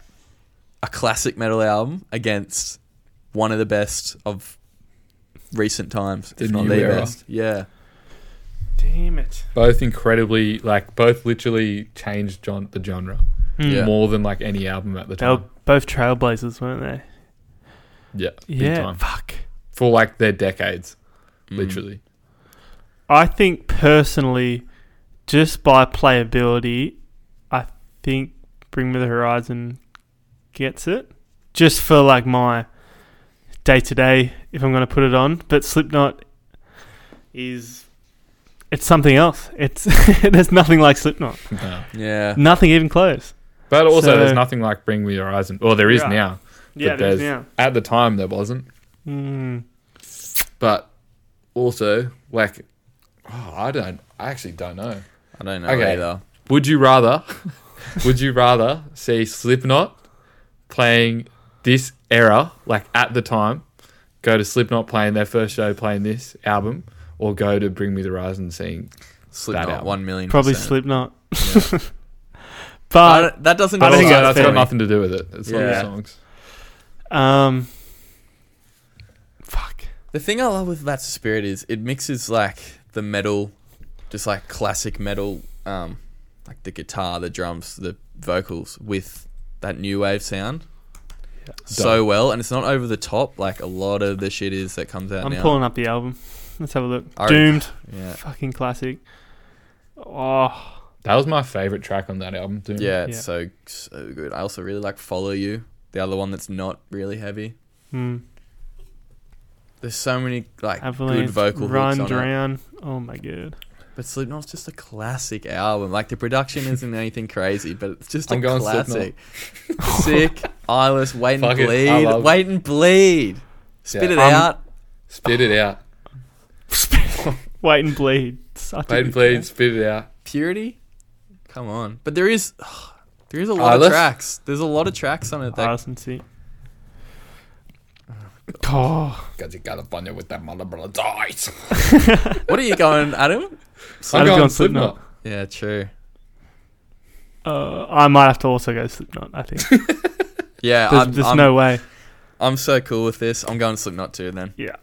Speaker 1: a classic metal album against one of the best of recent times,
Speaker 3: The
Speaker 1: if not
Speaker 3: new
Speaker 1: the
Speaker 3: era.
Speaker 1: best. Yeah.
Speaker 2: Damn it.
Speaker 3: both incredibly like both literally changed John the genre
Speaker 2: Mm.
Speaker 1: Yeah.
Speaker 3: more than like any album at the
Speaker 2: They were
Speaker 3: time.
Speaker 2: both trailblazers, weren't they?
Speaker 3: Yeah, big
Speaker 2: yeah.
Speaker 3: time
Speaker 2: Fuck.
Speaker 3: for like their decades,
Speaker 1: Mm.
Speaker 3: literally. [laughs]
Speaker 2: I think personally, just by playability, I think Bring Me the Horizon gets it. Just for like my day to day, if I'm going to put it on. But Slipknot is. It's something else. It's [laughs] there's nothing like [laughs] Slipknot.
Speaker 3: No.
Speaker 1: Mm. Yeah.
Speaker 3: Mm.
Speaker 2: Nothing even close.
Speaker 3: But also,
Speaker 2: So-
Speaker 3: there's nothing like Bring Me the Horizon. Well, there is
Speaker 2: Yeah.
Speaker 3: now.
Speaker 2: Yeah,
Speaker 3: but
Speaker 2: there's
Speaker 3: there's-
Speaker 2: now.
Speaker 3: At the time, there wasn't.
Speaker 2: Mm.
Speaker 3: But also, like, oh, I don't. I actually don't know.
Speaker 1: I don't know
Speaker 3: Okay.
Speaker 1: either.
Speaker 3: Would you rather? [laughs] would you rather see Slipknot playing this era, like at the time, go to Slipknot playing their first show, playing this album, or go to Bring Me the Horizon seeing? That
Speaker 1: Slipknot,
Speaker 3: album.
Speaker 1: one million.
Speaker 2: Probably
Speaker 1: percent.
Speaker 2: Slipknot.
Speaker 1: Yeah. I
Speaker 2: [laughs] but
Speaker 1: don't- that doesn't.
Speaker 2: I
Speaker 3: But
Speaker 2: don't
Speaker 3: also,
Speaker 1: doesn't-
Speaker 2: think that's
Speaker 3: that's got
Speaker 2: fair.
Speaker 3: nothing to do with it. It's not
Speaker 1: Yeah.
Speaker 3: the songs.
Speaker 2: um, fuck.
Speaker 1: the thing I love with That's the Spirit is it mixes like the metal, just like classic metal, um, like the guitar, the drums, the vocals with that new wave sound. So well, and it's not over the top like a lot of the shit is that comes out
Speaker 2: I'm
Speaker 1: now.
Speaker 2: pulling up the album. Let's have a look.
Speaker 1: Alright. Uh,
Speaker 2: Doomed,
Speaker 1: yeah,
Speaker 2: fucking classic. Oh,
Speaker 3: That was my favorite track on that album. Too.
Speaker 1: yeah, it's
Speaker 2: Yeah.
Speaker 1: so so good. I also really like Follow You, the other one that's not really heavy.
Speaker 2: hmm.
Speaker 1: There's so many like
Speaker 2: Avalanche,
Speaker 1: good vocal hooks
Speaker 2: Run,
Speaker 1: on it.
Speaker 2: Drown. Oh my god.
Speaker 1: But Slipknot's just a classic album. Like the production
Speaker 3: [laughs]
Speaker 1: isn't anything crazy, but it's just a
Speaker 3: I'm going
Speaker 1: classic.
Speaker 3: [laughs]
Speaker 1: Sick, eyeless, wait and
Speaker 3: Fuck it, I
Speaker 1: bleed,
Speaker 3: love it.
Speaker 1: wait and bleed. Spit
Speaker 3: Yeah, Um,
Speaker 1: it
Speaker 3: I'm-
Speaker 1: out.
Speaker 3: Spit it out. [laughs]
Speaker 2: Wait and bleed. Such a
Speaker 3: Wait and
Speaker 2: good
Speaker 3: bleed. Spit it out.
Speaker 1: Purity. Come on, but there is [sighs] there is a lot
Speaker 3: Eyeless?
Speaker 1: of tracks. There's a lot of tracks on it.
Speaker 2: band.
Speaker 1: That
Speaker 2: Arson Sick. Oh,
Speaker 3: Cause you gotta bond it with that motherfucker dies.
Speaker 1: what are you going, Adam?
Speaker 2: I'm going Slipknot.
Speaker 1: Yeah, true.
Speaker 2: Uh, I might have to also go Slipknot. I
Speaker 1: [laughs]
Speaker 2: think
Speaker 1: Yeah,
Speaker 2: there's,
Speaker 1: I'm,
Speaker 2: there's
Speaker 1: I'm,
Speaker 2: no way.
Speaker 1: I'm so cool with this. I'm going Slipknot too then.
Speaker 2: Yeah,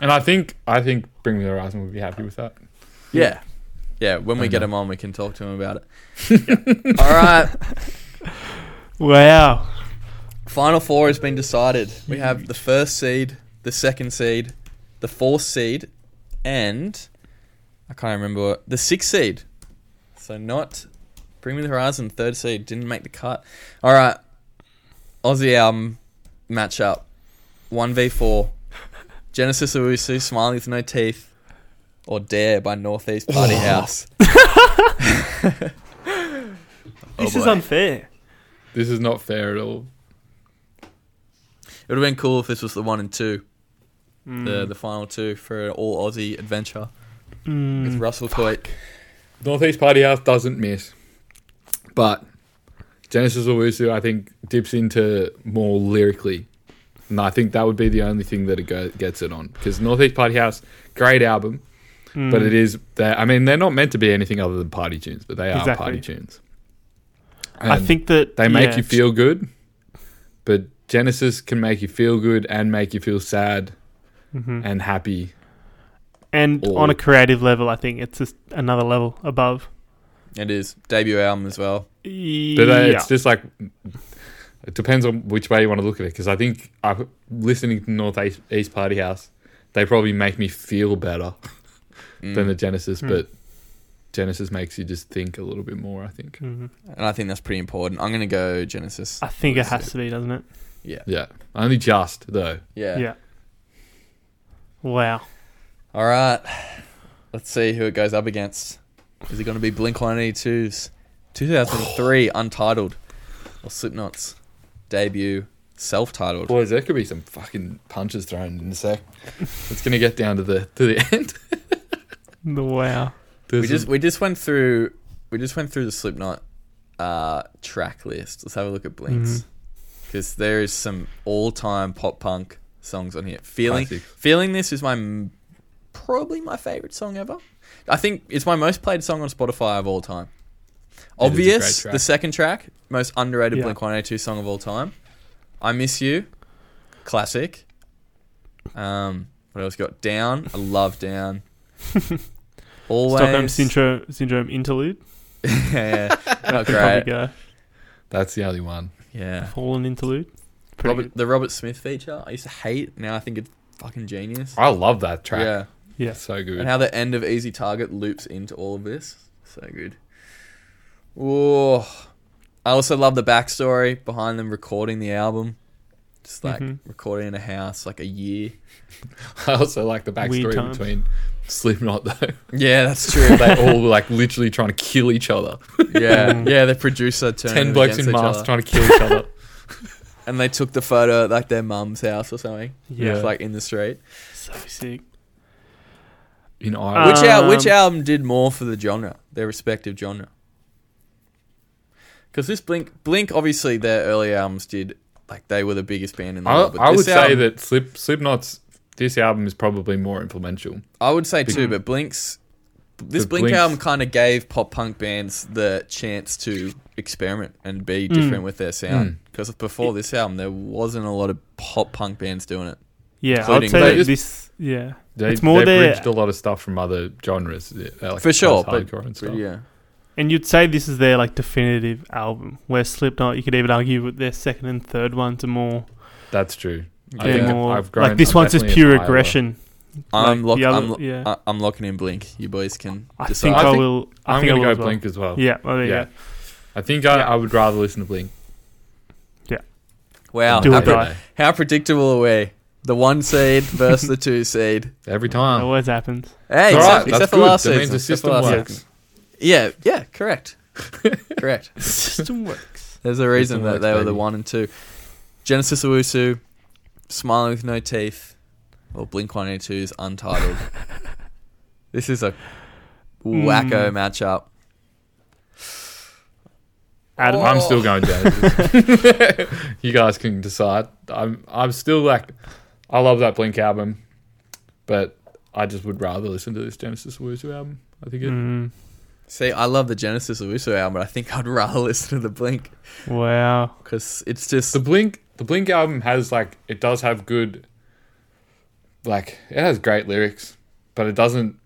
Speaker 3: And I think I think Bring Me the Horizon would be happy with that.
Speaker 1: Yeah. Yeah, when we
Speaker 3: I
Speaker 1: get
Speaker 3: know.
Speaker 1: him on, we can talk to him about
Speaker 3: [laughs]
Speaker 1: it. All right.
Speaker 2: wow.
Speaker 1: Final four has been decided. We have the first seed, the second seed, the fourth seed, and I can't remember what, the sixth seed. So not Bring Me the Horizon, third seed, didn't make the cut. All right, Aussie album matchup, one v four, Genesis Owusu, Smiley with No Teeth, or Dare by Northeast Party House.
Speaker 2: This
Speaker 1: Oh
Speaker 2: is
Speaker 1: boy.
Speaker 2: unfair.
Speaker 3: This is not fair at all.
Speaker 1: It would have been cool if this was the one and two, the the final two for an all Aussie adventure with Russell Coit.
Speaker 3: Northeast Party House doesn't miss, but Genesis Owusu I think dips into more lyrically, and I think that would be the only thing that it go, gets it on because Northeast Party House great album,
Speaker 2: Mm.
Speaker 3: but it is they I mean they're not meant to be anything other than party tunes, but they are
Speaker 2: Exactly.
Speaker 3: party tunes.
Speaker 2: I
Speaker 3: And
Speaker 2: think that
Speaker 3: they make
Speaker 2: yeah,
Speaker 3: you feel good, but Genesis can make you feel good and make you feel sad
Speaker 2: Mhm.
Speaker 3: and happy.
Speaker 2: And
Speaker 3: Or-
Speaker 2: on a creative level, I think it's just another level above.
Speaker 1: It is debut album as well.
Speaker 3: But
Speaker 2: Yeah.
Speaker 3: uh, it's just like it depends on which way you want to look at it. Because I think I, listening to North East, East Party House, they probably make me feel better than the Genesis,
Speaker 2: Mm.
Speaker 3: but Genesis makes you just think a little bit more. I think.
Speaker 2: Mhm.
Speaker 1: And I think that's pretty important. I'm gonna go Genesis.
Speaker 2: I think it
Speaker 1: Let's
Speaker 2: has
Speaker 1: see.
Speaker 2: to be, doesn't it?
Speaker 3: Yeah, only just though.
Speaker 1: Yeah.
Speaker 2: Yeah. Wow.
Speaker 1: All right. Let's see who it goes up against. Is it gonna be Blink 182's 2003 Untitled or Slipknot's debut self-titled?
Speaker 3: Boys, there could be some fucking punches thrown in a sec. it's gonna get down to the to the end. [laughs]
Speaker 2: Wow.
Speaker 1: We just we just went through we just went through the Slipknot uh, track list. Let's have a look at Blinks because is some all time pop punk songs on here. Feeling
Speaker 3: Classics.
Speaker 1: feeling this is my m- probably my favorite song ever. I think it's my most played song on Spotify of all time.
Speaker 3: a great
Speaker 1: Obvious,
Speaker 3: track.
Speaker 1: the second track, most underrated
Speaker 2: Yeah.
Speaker 1: Blink One Eighty Two song of all time. I miss you, classic. Um, what else we got? Down, I love
Speaker 2: [laughs]
Speaker 1: Down. Always.
Speaker 2: Stockholm syndrome syndrome interlude.
Speaker 1: [laughs] yeah,
Speaker 2: [laughs]
Speaker 1: not
Speaker 2: Probably
Speaker 1: great.
Speaker 2: go
Speaker 3: that's the only one.
Speaker 1: Yeah.
Speaker 2: fallen interlude. Pretty
Speaker 1: Robert, the Robert Smith feature, I used to hate. Now I think it's fucking genius.
Speaker 3: I love that track.
Speaker 1: Yeah.
Speaker 2: good. Yeah.
Speaker 3: It's so
Speaker 1: And
Speaker 3: good.
Speaker 1: how the end of Easy Target loops into all of this. So good. Whoa. I also love the backstory behind them recording the album. Just like
Speaker 2: Mhm.
Speaker 3: Mm-hmm.
Speaker 1: recording in a house, like a year.
Speaker 3: [laughs] I also like the
Speaker 2: Weird
Speaker 3: backstory
Speaker 2: times.
Speaker 3: between Slipknot though.
Speaker 1: Yeah, that's true.
Speaker 3: they
Speaker 1: [laughs]
Speaker 3: [laughs] all were like literally trying to kill each other.
Speaker 1: yeah, yeah. The producer turned
Speaker 3: Ten
Speaker 1: them
Speaker 3: blokes
Speaker 1: against
Speaker 3: in
Speaker 1: each
Speaker 3: masks
Speaker 1: other.
Speaker 3: trying to kill each [laughs] other.
Speaker 1: and they took the photo at like their mum's house or something.
Speaker 2: Yeah.
Speaker 1: Just, like in the street.
Speaker 2: So sick.
Speaker 3: In
Speaker 2: Uh,
Speaker 3: Ireland.
Speaker 1: Which al- which
Speaker 2: Um,
Speaker 1: album did more for the genre, their respective genre? Because this Blink Blink obviously their early albums did like they were the biggest band in the world. But
Speaker 3: I, I
Speaker 1: this
Speaker 3: would say
Speaker 1: album-
Speaker 3: that Slip Slipknot's this album is probably more influential.
Speaker 1: I would say too,
Speaker 2: Mm.
Speaker 1: but Blink's this
Speaker 3: The
Speaker 1: Blink
Speaker 3: Blink's-
Speaker 1: album kind of gave pop punk bands the chance to experiment and be
Speaker 2: Mm.
Speaker 1: different with their sound.
Speaker 3: Mm.
Speaker 1: Because before this album, there wasn't a lot of pop punk bands doing it.
Speaker 2: Yeah,
Speaker 1: Including
Speaker 2: I'd say
Speaker 3: they
Speaker 2: that
Speaker 3: just-
Speaker 2: this. Yeah,
Speaker 3: They,
Speaker 2: It's more
Speaker 3: they
Speaker 2: their-
Speaker 3: bridged a lot of stuff from other genres, yeah, like
Speaker 1: For sure, but-
Speaker 3: post-hardcore and stuff.
Speaker 1: Yeah,
Speaker 2: and you'd say this is their like definitive album. Where Slipknot, you could even argue with their second and third ones are more.
Speaker 3: that's true. I
Speaker 2: they're
Speaker 3: think
Speaker 2: more
Speaker 3: I've grown-
Speaker 2: like this
Speaker 3: I'm
Speaker 2: one's just
Speaker 3: definitely a
Speaker 2: pure
Speaker 3: Tyler.
Speaker 2: aggression.
Speaker 1: I'm
Speaker 2: Like,
Speaker 1: lock-
Speaker 2: the other-
Speaker 1: I'm, lo-
Speaker 2: yeah.
Speaker 1: I- I'm locking in Blink. You boys can
Speaker 2: I
Speaker 1: decide.
Speaker 2: think
Speaker 3: I
Speaker 2: I,
Speaker 3: think-
Speaker 2: will. I
Speaker 3: I'm
Speaker 2: think
Speaker 3: gonna
Speaker 2: I
Speaker 3: go
Speaker 2: will as
Speaker 3: Blink as well.
Speaker 2: Well. Yeah, well, there you
Speaker 3: Yeah.
Speaker 2: go.
Speaker 3: I think I,
Speaker 2: Yeah.
Speaker 3: I would rather listen to Blink.
Speaker 1: wow,
Speaker 2: Do
Speaker 1: how,
Speaker 2: or
Speaker 1: pre-
Speaker 2: die.
Speaker 1: how predictable are we? The one seed versus the two seed.
Speaker 3: every
Speaker 2: It
Speaker 3: time.
Speaker 2: always
Speaker 3: [laughs]
Speaker 2: happens.
Speaker 1: Hey,
Speaker 3: It's all
Speaker 1: except,
Speaker 3: right,
Speaker 1: except
Speaker 3: that's
Speaker 1: for
Speaker 3: good.
Speaker 1: last
Speaker 3: That
Speaker 1: season.
Speaker 3: means the
Speaker 1: except for
Speaker 3: system
Speaker 1: last
Speaker 3: works.
Speaker 1: season. Yeah, yeah, correct,
Speaker 3: [laughs]
Speaker 1: correct.
Speaker 2: System works.
Speaker 1: There's a reason that
Speaker 3: works,
Speaker 1: they were the
Speaker 3: baby.
Speaker 1: one and two. Genesis Owusu, Smiling with No Teeth, or Blink 182's Untitled.
Speaker 3: [laughs]
Speaker 1: this is a
Speaker 3: Hmm.
Speaker 1: wacko matchup.
Speaker 2: Adam,
Speaker 3: I'm still going Genesis. you guys can decide. I'm I'm still like I love that Blink album, but I just would rather listen to this Genesis Wuzu album. I think it
Speaker 2: Mm,
Speaker 1: See, I love the Genesis of Uso album, but I think I'd [laughs] rather listen to the Blink
Speaker 2: Wow.
Speaker 1: because it's just
Speaker 3: The Blink the Blink album has like it does have good like it has great lyrics, but it doesn't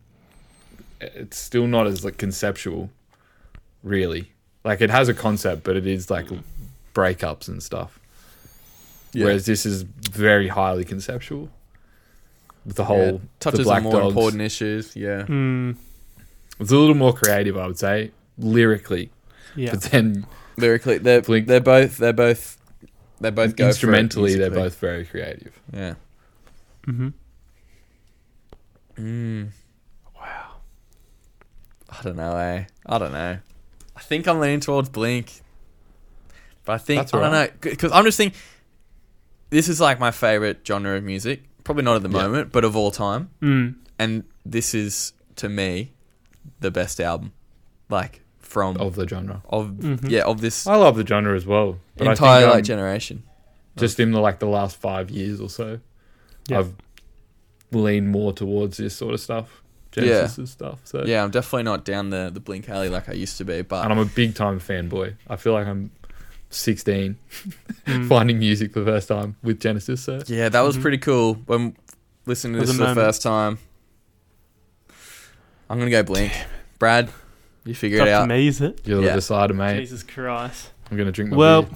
Speaker 3: it's still not as like conceptual really. Like it has a concept, but it is like breakups and stuff.
Speaker 1: yeah,
Speaker 3: Whereas this is very highly conceptual. With the
Speaker 1: yeah,
Speaker 3: whole the
Speaker 1: touches
Speaker 3: black
Speaker 1: on more
Speaker 3: dogs.
Speaker 1: important issues. Yeah,
Speaker 2: Mm,
Speaker 3: It's a little more creative, I would say, lyrically.
Speaker 2: yeah.
Speaker 3: But then
Speaker 1: lyrically, they're
Speaker 3: Blink-
Speaker 1: they're both they're both they both go for it
Speaker 3: instrumentally, they're
Speaker 1: musically.
Speaker 3: both very creative.
Speaker 1: yeah.
Speaker 2: Mm-hmm.
Speaker 1: Mm. Wow. I don't know, eh? I don't know. I think I'm leaning towards Blink. But I think,
Speaker 3: That's
Speaker 1: I don't know,
Speaker 3: alright.
Speaker 1: because I'm just thinking, this is like my favorite genre of music. Probably not at the
Speaker 3: Yeah.
Speaker 1: moment, but of all time.
Speaker 2: Mm.
Speaker 1: And this is, to me, the best album. Like, from, of,
Speaker 3: of the genre.
Speaker 2: Mhm.
Speaker 1: yeah, of this
Speaker 3: I love the genre as well. Mm-hmm. But I
Speaker 1: entire,
Speaker 3: think, um,
Speaker 1: like, generation.
Speaker 3: just in the, like the last five years or so,
Speaker 2: Yeah.
Speaker 3: I've leaned more towards this sort of stuff,
Speaker 1: Yeah.
Speaker 3: Genesis and stuff. So
Speaker 1: Yeah, I'm definitely not down the, the Blink alley like I used to be, but
Speaker 3: and I'm a big time fanboy. I feel like I'm 16
Speaker 1: Hmm.
Speaker 2: Mm.
Speaker 3: [laughs] finding music for the first time with Genesis. So
Speaker 1: Yeah, that was
Speaker 2: Mhm.
Speaker 1: pretty cool when listening to
Speaker 2: At
Speaker 1: this
Speaker 2: the
Speaker 1: for the
Speaker 2: moment.
Speaker 1: first time. I'm gonna go blink. Brad, you figure
Speaker 2: It's
Speaker 1: it
Speaker 2: up to
Speaker 1: out.
Speaker 2: me, is it?
Speaker 3: you're the
Speaker 1: Yeah.
Speaker 3: decider, mate.
Speaker 2: Jesus Christ.
Speaker 3: I'm gonna drink my
Speaker 2: Well,
Speaker 3: beer.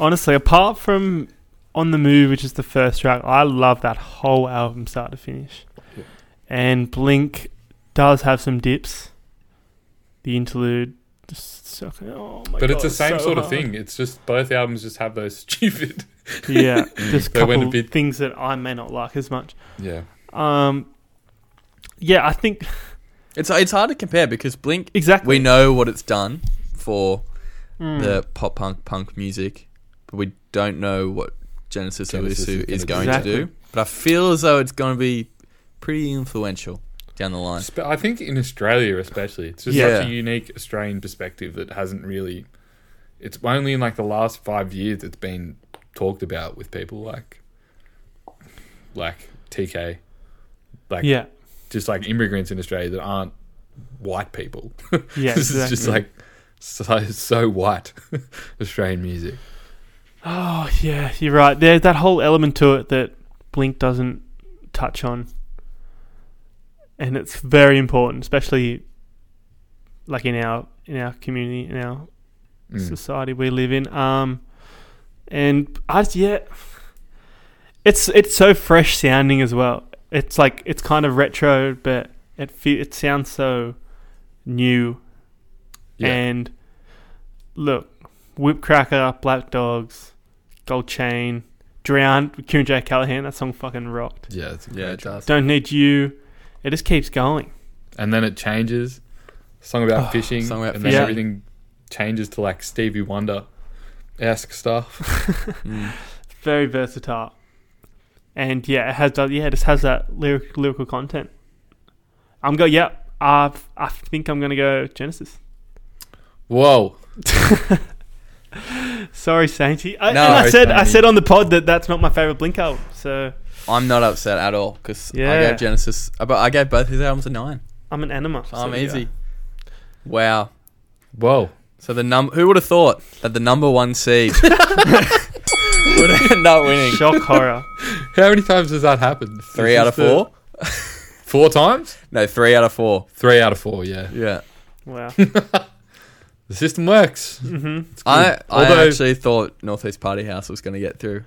Speaker 2: honestly, apart from On the Move, which is the first track, I love that whole album start to finish.
Speaker 3: Yeah.
Speaker 2: And Blink does have some dips. The interlude. Just so, oh my
Speaker 3: But
Speaker 2: God,
Speaker 3: it's the same
Speaker 2: so
Speaker 3: sort of
Speaker 2: hard.
Speaker 3: thing. It's just both albums just have those [laughs] stupid.
Speaker 2: [laughs] Yeah, just
Speaker 3: They went a
Speaker 2: couple
Speaker 3: bit-
Speaker 2: things that I may not like as much.
Speaker 3: Yeah.
Speaker 2: Um, yeah, I think
Speaker 1: It's it's hard to compare because Blink
Speaker 2: exactly.
Speaker 1: we know what it's done for
Speaker 2: Mm.
Speaker 1: the pop punk punk music, but we don't know what Genesis,
Speaker 3: Genesis
Speaker 1: Owusu
Speaker 3: is
Speaker 1: is
Speaker 3: gonna
Speaker 1: going
Speaker 2: do.
Speaker 1: to do. But I feel as though it's gonna be pretty influential down the line.
Speaker 3: Spe- I think in Australia, especially, it's just
Speaker 1: Yeah.
Speaker 3: such a unique Australian perspective that hasn't really. It's only in like the last five years it's been talked about with people like, like TK, like
Speaker 2: yeah,
Speaker 3: just like immigrants in Australia that aren't white people. [laughs]
Speaker 2: yeah,
Speaker 3: this
Speaker 2: exactly.
Speaker 3: is just like so so white [laughs] Australian music.
Speaker 2: Oh yeah, you're right. There's that whole element to it that Blink doesn't touch on, and it's very important, especially like in our in our community, in our
Speaker 3: Mm.
Speaker 2: society we live in. Um, and I just, yeah, it's it's so fresh sounding as well. It's like it's kind of retro, but it fe- it sounds so new.
Speaker 3: Yeah.
Speaker 2: And look, Whipcracker, Black Dogs, Gold Chain, Drowned, with Kieran J Callahan. That song fucking rocked.
Speaker 3: Yeah, it's a
Speaker 1: Yeah,
Speaker 3: great
Speaker 1: it
Speaker 3: track.
Speaker 1: does.
Speaker 2: Don't need you. It just keeps going.
Speaker 3: and then it changes. Song about fishing,
Speaker 1: Oh, song about
Speaker 3: and
Speaker 2: fishing.
Speaker 3: then everything changes to like Stevie Wonder esque stuff.
Speaker 1: Mm.
Speaker 2: Very versatile. And yeah, it has done, yeah, it just has that lyric, lyrical content. I'm go yeah, I I think I'm gonna go Genesis.
Speaker 3: Whoa!
Speaker 2: Sorry, Sainty. I,
Speaker 1: No,
Speaker 2: and I
Speaker 1: it's
Speaker 2: said I
Speaker 3: Sainty.
Speaker 2: said on the pod that that's not my favorite Blink album. So
Speaker 1: I'm not upset at all because I
Speaker 2: Yeah.
Speaker 1: gave Genesis, uh, but I gave both his albums a nine.
Speaker 2: I'm an anima.
Speaker 1: So
Speaker 2: So
Speaker 1: I'm
Speaker 2: there you go.
Speaker 1: easy. Wow.
Speaker 3: Whoa!
Speaker 1: So the num who would have thought that the number one
Speaker 3: [laughs]
Speaker 1: seed would [laughs] end up winning
Speaker 2: Shock horror.
Speaker 3: How many times has that happened?
Speaker 1: three
Speaker 3: Is
Speaker 1: out of
Speaker 3: this the-
Speaker 1: four?
Speaker 3: Four times?
Speaker 1: No, three out of four.
Speaker 3: Three out of four. Yeah,
Speaker 1: Yeah, [laughs]
Speaker 2: Wow.
Speaker 3: the system works.
Speaker 2: hmm
Speaker 3: It's good.
Speaker 1: I I
Speaker 3: Although-
Speaker 1: actually thought Northeast Party House was going to get through.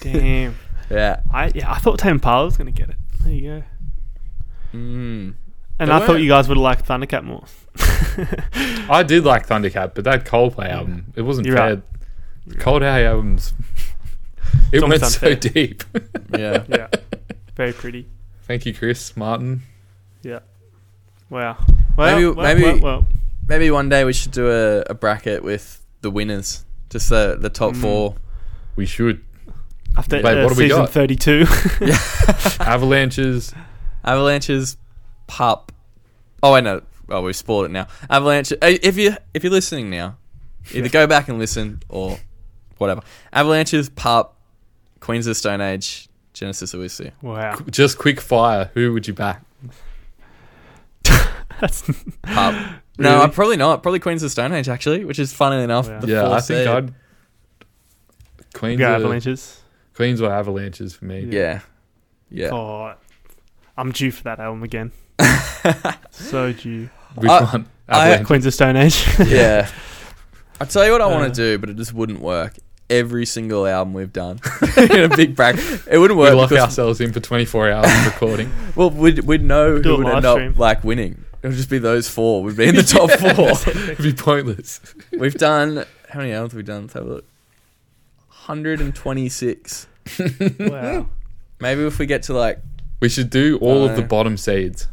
Speaker 2: Damn.
Speaker 1: Yeah,
Speaker 2: I yeah, I thought Tame Impala was gonna get it. There you go.
Speaker 1: mm.
Speaker 2: And
Speaker 3: They
Speaker 2: I thought
Speaker 3: were.
Speaker 2: you guys would like Thundercat
Speaker 1: [laughs]
Speaker 2: more.
Speaker 3: I did like Thundercat, but that Coldplay album, it wasn't
Speaker 2: You're
Speaker 3: fair.
Speaker 2: right.
Speaker 3: Coldplay albums, [laughs] it
Speaker 2: almost
Speaker 3: went so
Speaker 2: unfair.
Speaker 3: deep.
Speaker 1: yeah. [laughs]
Speaker 2: yeah. Very pretty.
Speaker 3: Thank you, Chris Martin.
Speaker 2: Wow. Well,
Speaker 1: Maybe-
Speaker 2: well,
Speaker 1: maybe-
Speaker 2: well, well.
Speaker 1: Maybe one day we should do a, a bracket with the winners, just the the top
Speaker 2: Mm.
Speaker 1: four.
Speaker 3: [laughs]
Speaker 1: [laughs]
Speaker 3: We should
Speaker 2: after
Speaker 3: Wait,
Speaker 2: uh,
Speaker 3: what have we
Speaker 2: season
Speaker 3: got?
Speaker 2: 32.
Speaker 3: avalanches.
Speaker 1: Avalanches, pup. Oh, I know. Oh, we've spoiled it now. Avalanche. eh, If you if you're listening now, either go back and listen or whatever. Avalanches, pup, Queens of the Stone Age, Genesis Owusu.
Speaker 2: [laughs] Wow.
Speaker 3: Just quick fire. Who would you back?
Speaker 2: That's
Speaker 1: pub. No,
Speaker 2: Really?
Speaker 1: I'm probably not. Probably Queens of Stone Age actually, which is funny enough.
Speaker 2: Yeah.
Speaker 1: the
Speaker 3: yeah, I
Speaker 1: fourth
Speaker 3: think
Speaker 1: seed.
Speaker 3: I'd Queens
Speaker 2: go
Speaker 3: or,
Speaker 2: avalanches.
Speaker 3: Queens or Avalanches for me.
Speaker 1: Yeah, yeah.
Speaker 2: Oh, I'm due for that
Speaker 1: [laughs]
Speaker 2: album again. so due.
Speaker 3: Which
Speaker 1: I-
Speaker 3: one?
Speaker 1: I-
Speaker 3: Avalanche.
Speaker 2: Queens of
Speaker 1: [laughs]
Speaker 2: Stone Age.
Speaker 1: [laughs] yeah. I tell you what I want
Speaker 2: Uh.
Speaker 1: to do, but it just wouldn't work. Every single album we've done [laughs] in a big bracket, it wouldn't
Speaker 3: we
Speaker 1: work.
Speaker 3: lock
Speaker 1: because,
Speaker 3: ourselves in for 24 hours
Speaker 2: [laughs]
Speaker 3: of recording.
Speaker 1: well, we'd we'd know
Speaker 2: Do a
Speaker 1: who would
Speaker 2: live
Speaker 1: end up
Speaker 2: stream.
Speaker 1: like winning. It would just be those four. We'd be in the
Speaker 2: [laughs]
Speaker 1: top four.
Speaker 3: It'd be pointless.
Speaker 1: We've done how many albums have we done? Let's have a look. Hundred and twenty-six.
Speaker 2: wow.
Speaker 1: Maybe if we get to like
Speaker 3: We should do all of the
Speaker 1: No.
Speaker 3: bottom seeds.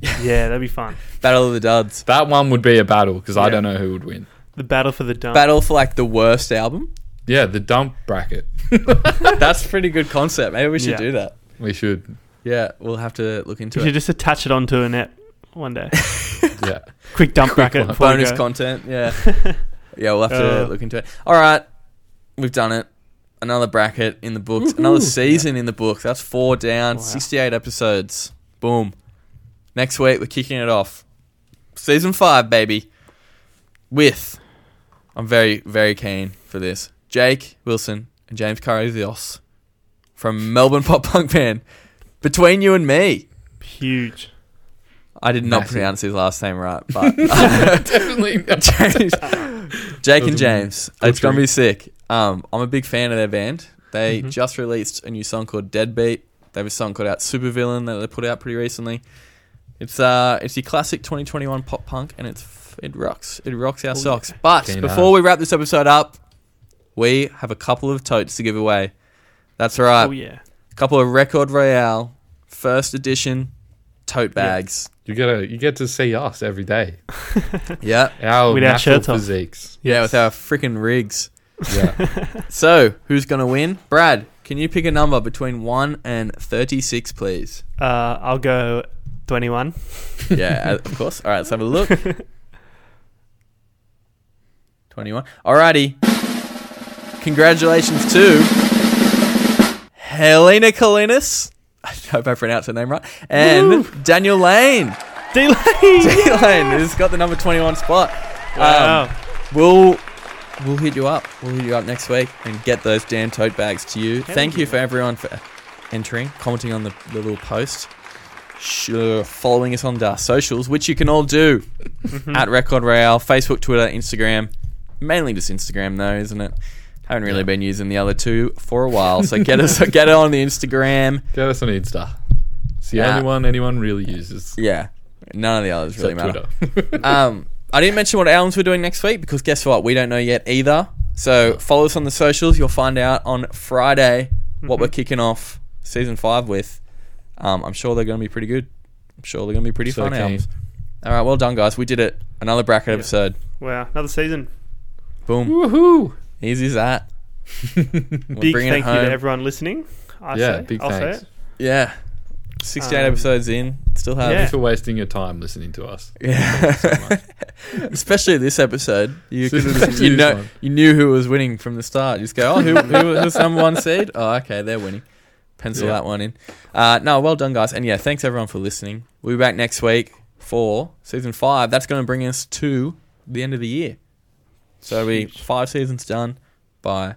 Speaker 2: Yeah, that'd be fun.
Speaker 1: Battle of the Duds,
Speaker 3: That one would be a battle because I
Speaker 2: Yeah.
Speaker 3: don't know who would win.
Speaker 2: The battle for the dumb.
Speaker 1: battle for like the worst
Speaker 2: [laughs]
Speaker 1: album.
Speaker 3: Yeah, the dump bracket.
Speaker 1: That's a pretty good concept. Maybe we should
Speaker 2: Yeah.
Speaker 1: do that.
Speaker 3: We should.
Speaker 1: Yeah, we'll have to look
Speaker 2: You
Speaker 1: into
Speaker 2: should
Speaker 1: it.
Speaker 2: just attach it onto a net one
Speaker 1: [laughs]
Speaker 2: day.
Speaker 3: Yeah. [laughs]
Speaker 2: Quick dump bracket.
Speaker 3: one.
Speaker 2: before we
Speaker 1: Bonus
Speaker 2: go.
Speaker 1: content.
Speaker 2: [laughs]
Speaker 1: Yeah, yeah, we'll have to
Speaker 2: Uh.
Speaker 1: look into it. All right, we've done it. Another bracket in the books. Another season in the book. That's four down.
Speaker 2: Wow.
Speaker 1: Sixty-eight episodes. Boom. Next week we're kicking it off. Season five, baby. With, I'm very very keen for this. Jake Wilson and James Carrios from Melbourne [laughs] pop punk band. Between you and me.
Speaker 2: Huge.
Speaker 1: I did not
Speaker 3: Massive.
Speaker 1: pronounce his last name right,
Speaker 2: [laughs]
Speaker 1: but [laughs]
Speaker 3: Definitely. not.
Speaker 1: James, Jake and
Speaker 3: Those are
Speaker 1: James.
Speaker 3: my
Speaker 1: It's gonna
Speaker 3: torturing.
Speaker 1: be sick. Um, I'm a big fan of their band. They
Speaker 2: Mhm.
Speaker 1: just released a new song called Deadbeat. They have a song called Out Supervillain that they put out pretty recently. It's uh, it's your classic 2021 pop punk, and it's f- it rocks. It rocks our
Speaker 2: Oh,
Speaker 1: socks. But
Speaker 3: Keen
Speaker 1: before we wrap this episode up, we have a couple of totes to give away. That's right.
Speaker 2: oh yeah.
Speaker 1: A couple of Record Royale first edition tote bags.
Speaker 3: You gotta. You get to see us every day.
Speaker 1: Yeah.
Speaker 3: Our
Speaker 2: With our
Speaker 3: natural
Speaker 2: shirts off.
Speaker 3: physiques.
Speaker 1: Yeah, with our freaking rigs.
Speaker 3: Yeah.
Speaker 1: [laughs] So, who's going to win? Brad, can you pick a number between 1 and 36, please?
Speaker 2: Uh, I'll go 21.
Speaker 1: Yeah, uh, of course. All right, let's have a look. 21. Alrighty. Congratulations to Helena Kalinas. [laughs] I hope I pronounced her name right. And Daniel Lane.
Speaker 2: [laughs]
Speaker 1: [laughs]
Speaker 2: Delay.
Speaker 1: Daniel Lane has got the number 21 spot. Um,
Speaker 2: Wow.
Speaker 1: We'll we'll hit you up. We'll hit you up next week and get those damn tote bags to you. Thank you for everyone for entering, commenting on the, the little post, sure, following us on our socials, which you can all do at Record Royale, Facebook, Twitter, Instagram. Mainly just Instagram though, isn't it? Haven't really been using the other two for a while, so get us get it on the Instagram.
Speaker 3: Get us on Insta. It's the
Speaker 1: Yeah.
Speaker 3: only one anyone really uses.
Speaker 1: Yeah, none of the others really
Speaker 3: Except
Speaker 1: matter.
Speaker 3: Twitter. [laughs]
Speaker 1: um, I didn't mention what albums we're doing next week because guess what? We don't know yet either. So follow us on the socials. You'll find out on Friday what we're kicking off season five with. Um, I'm sure they're going to be pretty good. I'm sure they're going to be pretty um,
Speaker 3: So
Speaker 1: fun
Speaker 3: keen.
Speaker 1: albums. All right, well done, guys. We did it. Another bracket episode.
Speaker 2: Wow. Another season.
Speaker 1: Boom.
Speaker 3: Woohoo!
Speaker 1: Easy as that. We're
Speaker 2: Big
Speaker 1: bringing it
Speaker 2: thank you to
Speaker 1: home.
Speaker 2: everyone listening. I
Speaker 3: Yeah,
Speaker 2: say,
Speaker 3: big
Speaker 2: I'll
Speaker 3: thanks.
Speaker 2: say it.
Speaker 1: Yeah. 68
Speaker 2: Um,
Speaker 1: episodes in. Still have.
Speaker 2: yeah.
Speaker 1: Yeah.
Speaker 3: for wasting your time listening to us.
Speaker 1: Especially this episode. [laughs] You,
Speaker 3: Especially
Speaker 1: could've- you
Speaker 3: this
Speaker 1: know,
Speaker 3: one.
Speaker 1: you knew who was winning from the start. You just go, oh, who, who, who's number one
Speaker 2: [laughs]
Speaker 1: seed? Oh, okay, they're winning. Pencil
Speaker 3: Yeah.
Speaker 1: that one in. Uh, no, well done, guys. And yeah, thanks everyone for listening. We'll be back next week for season five. That's going to bring us to the end of the year. So it'll be five seasons done by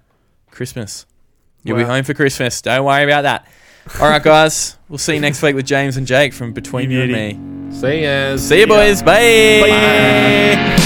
Speaker 1: Christmas. You'll be
Speaker 2: Wow.
Speaker 1: home for Christmas. Don't worry about that. All right, guys. We'll see you next week with James and Jake from Between You and
Speaker 2: Beauty.
Speaker 1: Me.
Speaker 3: See ya.
Speaker 1: See you, boys. Bye.
Speaker 2: Bye.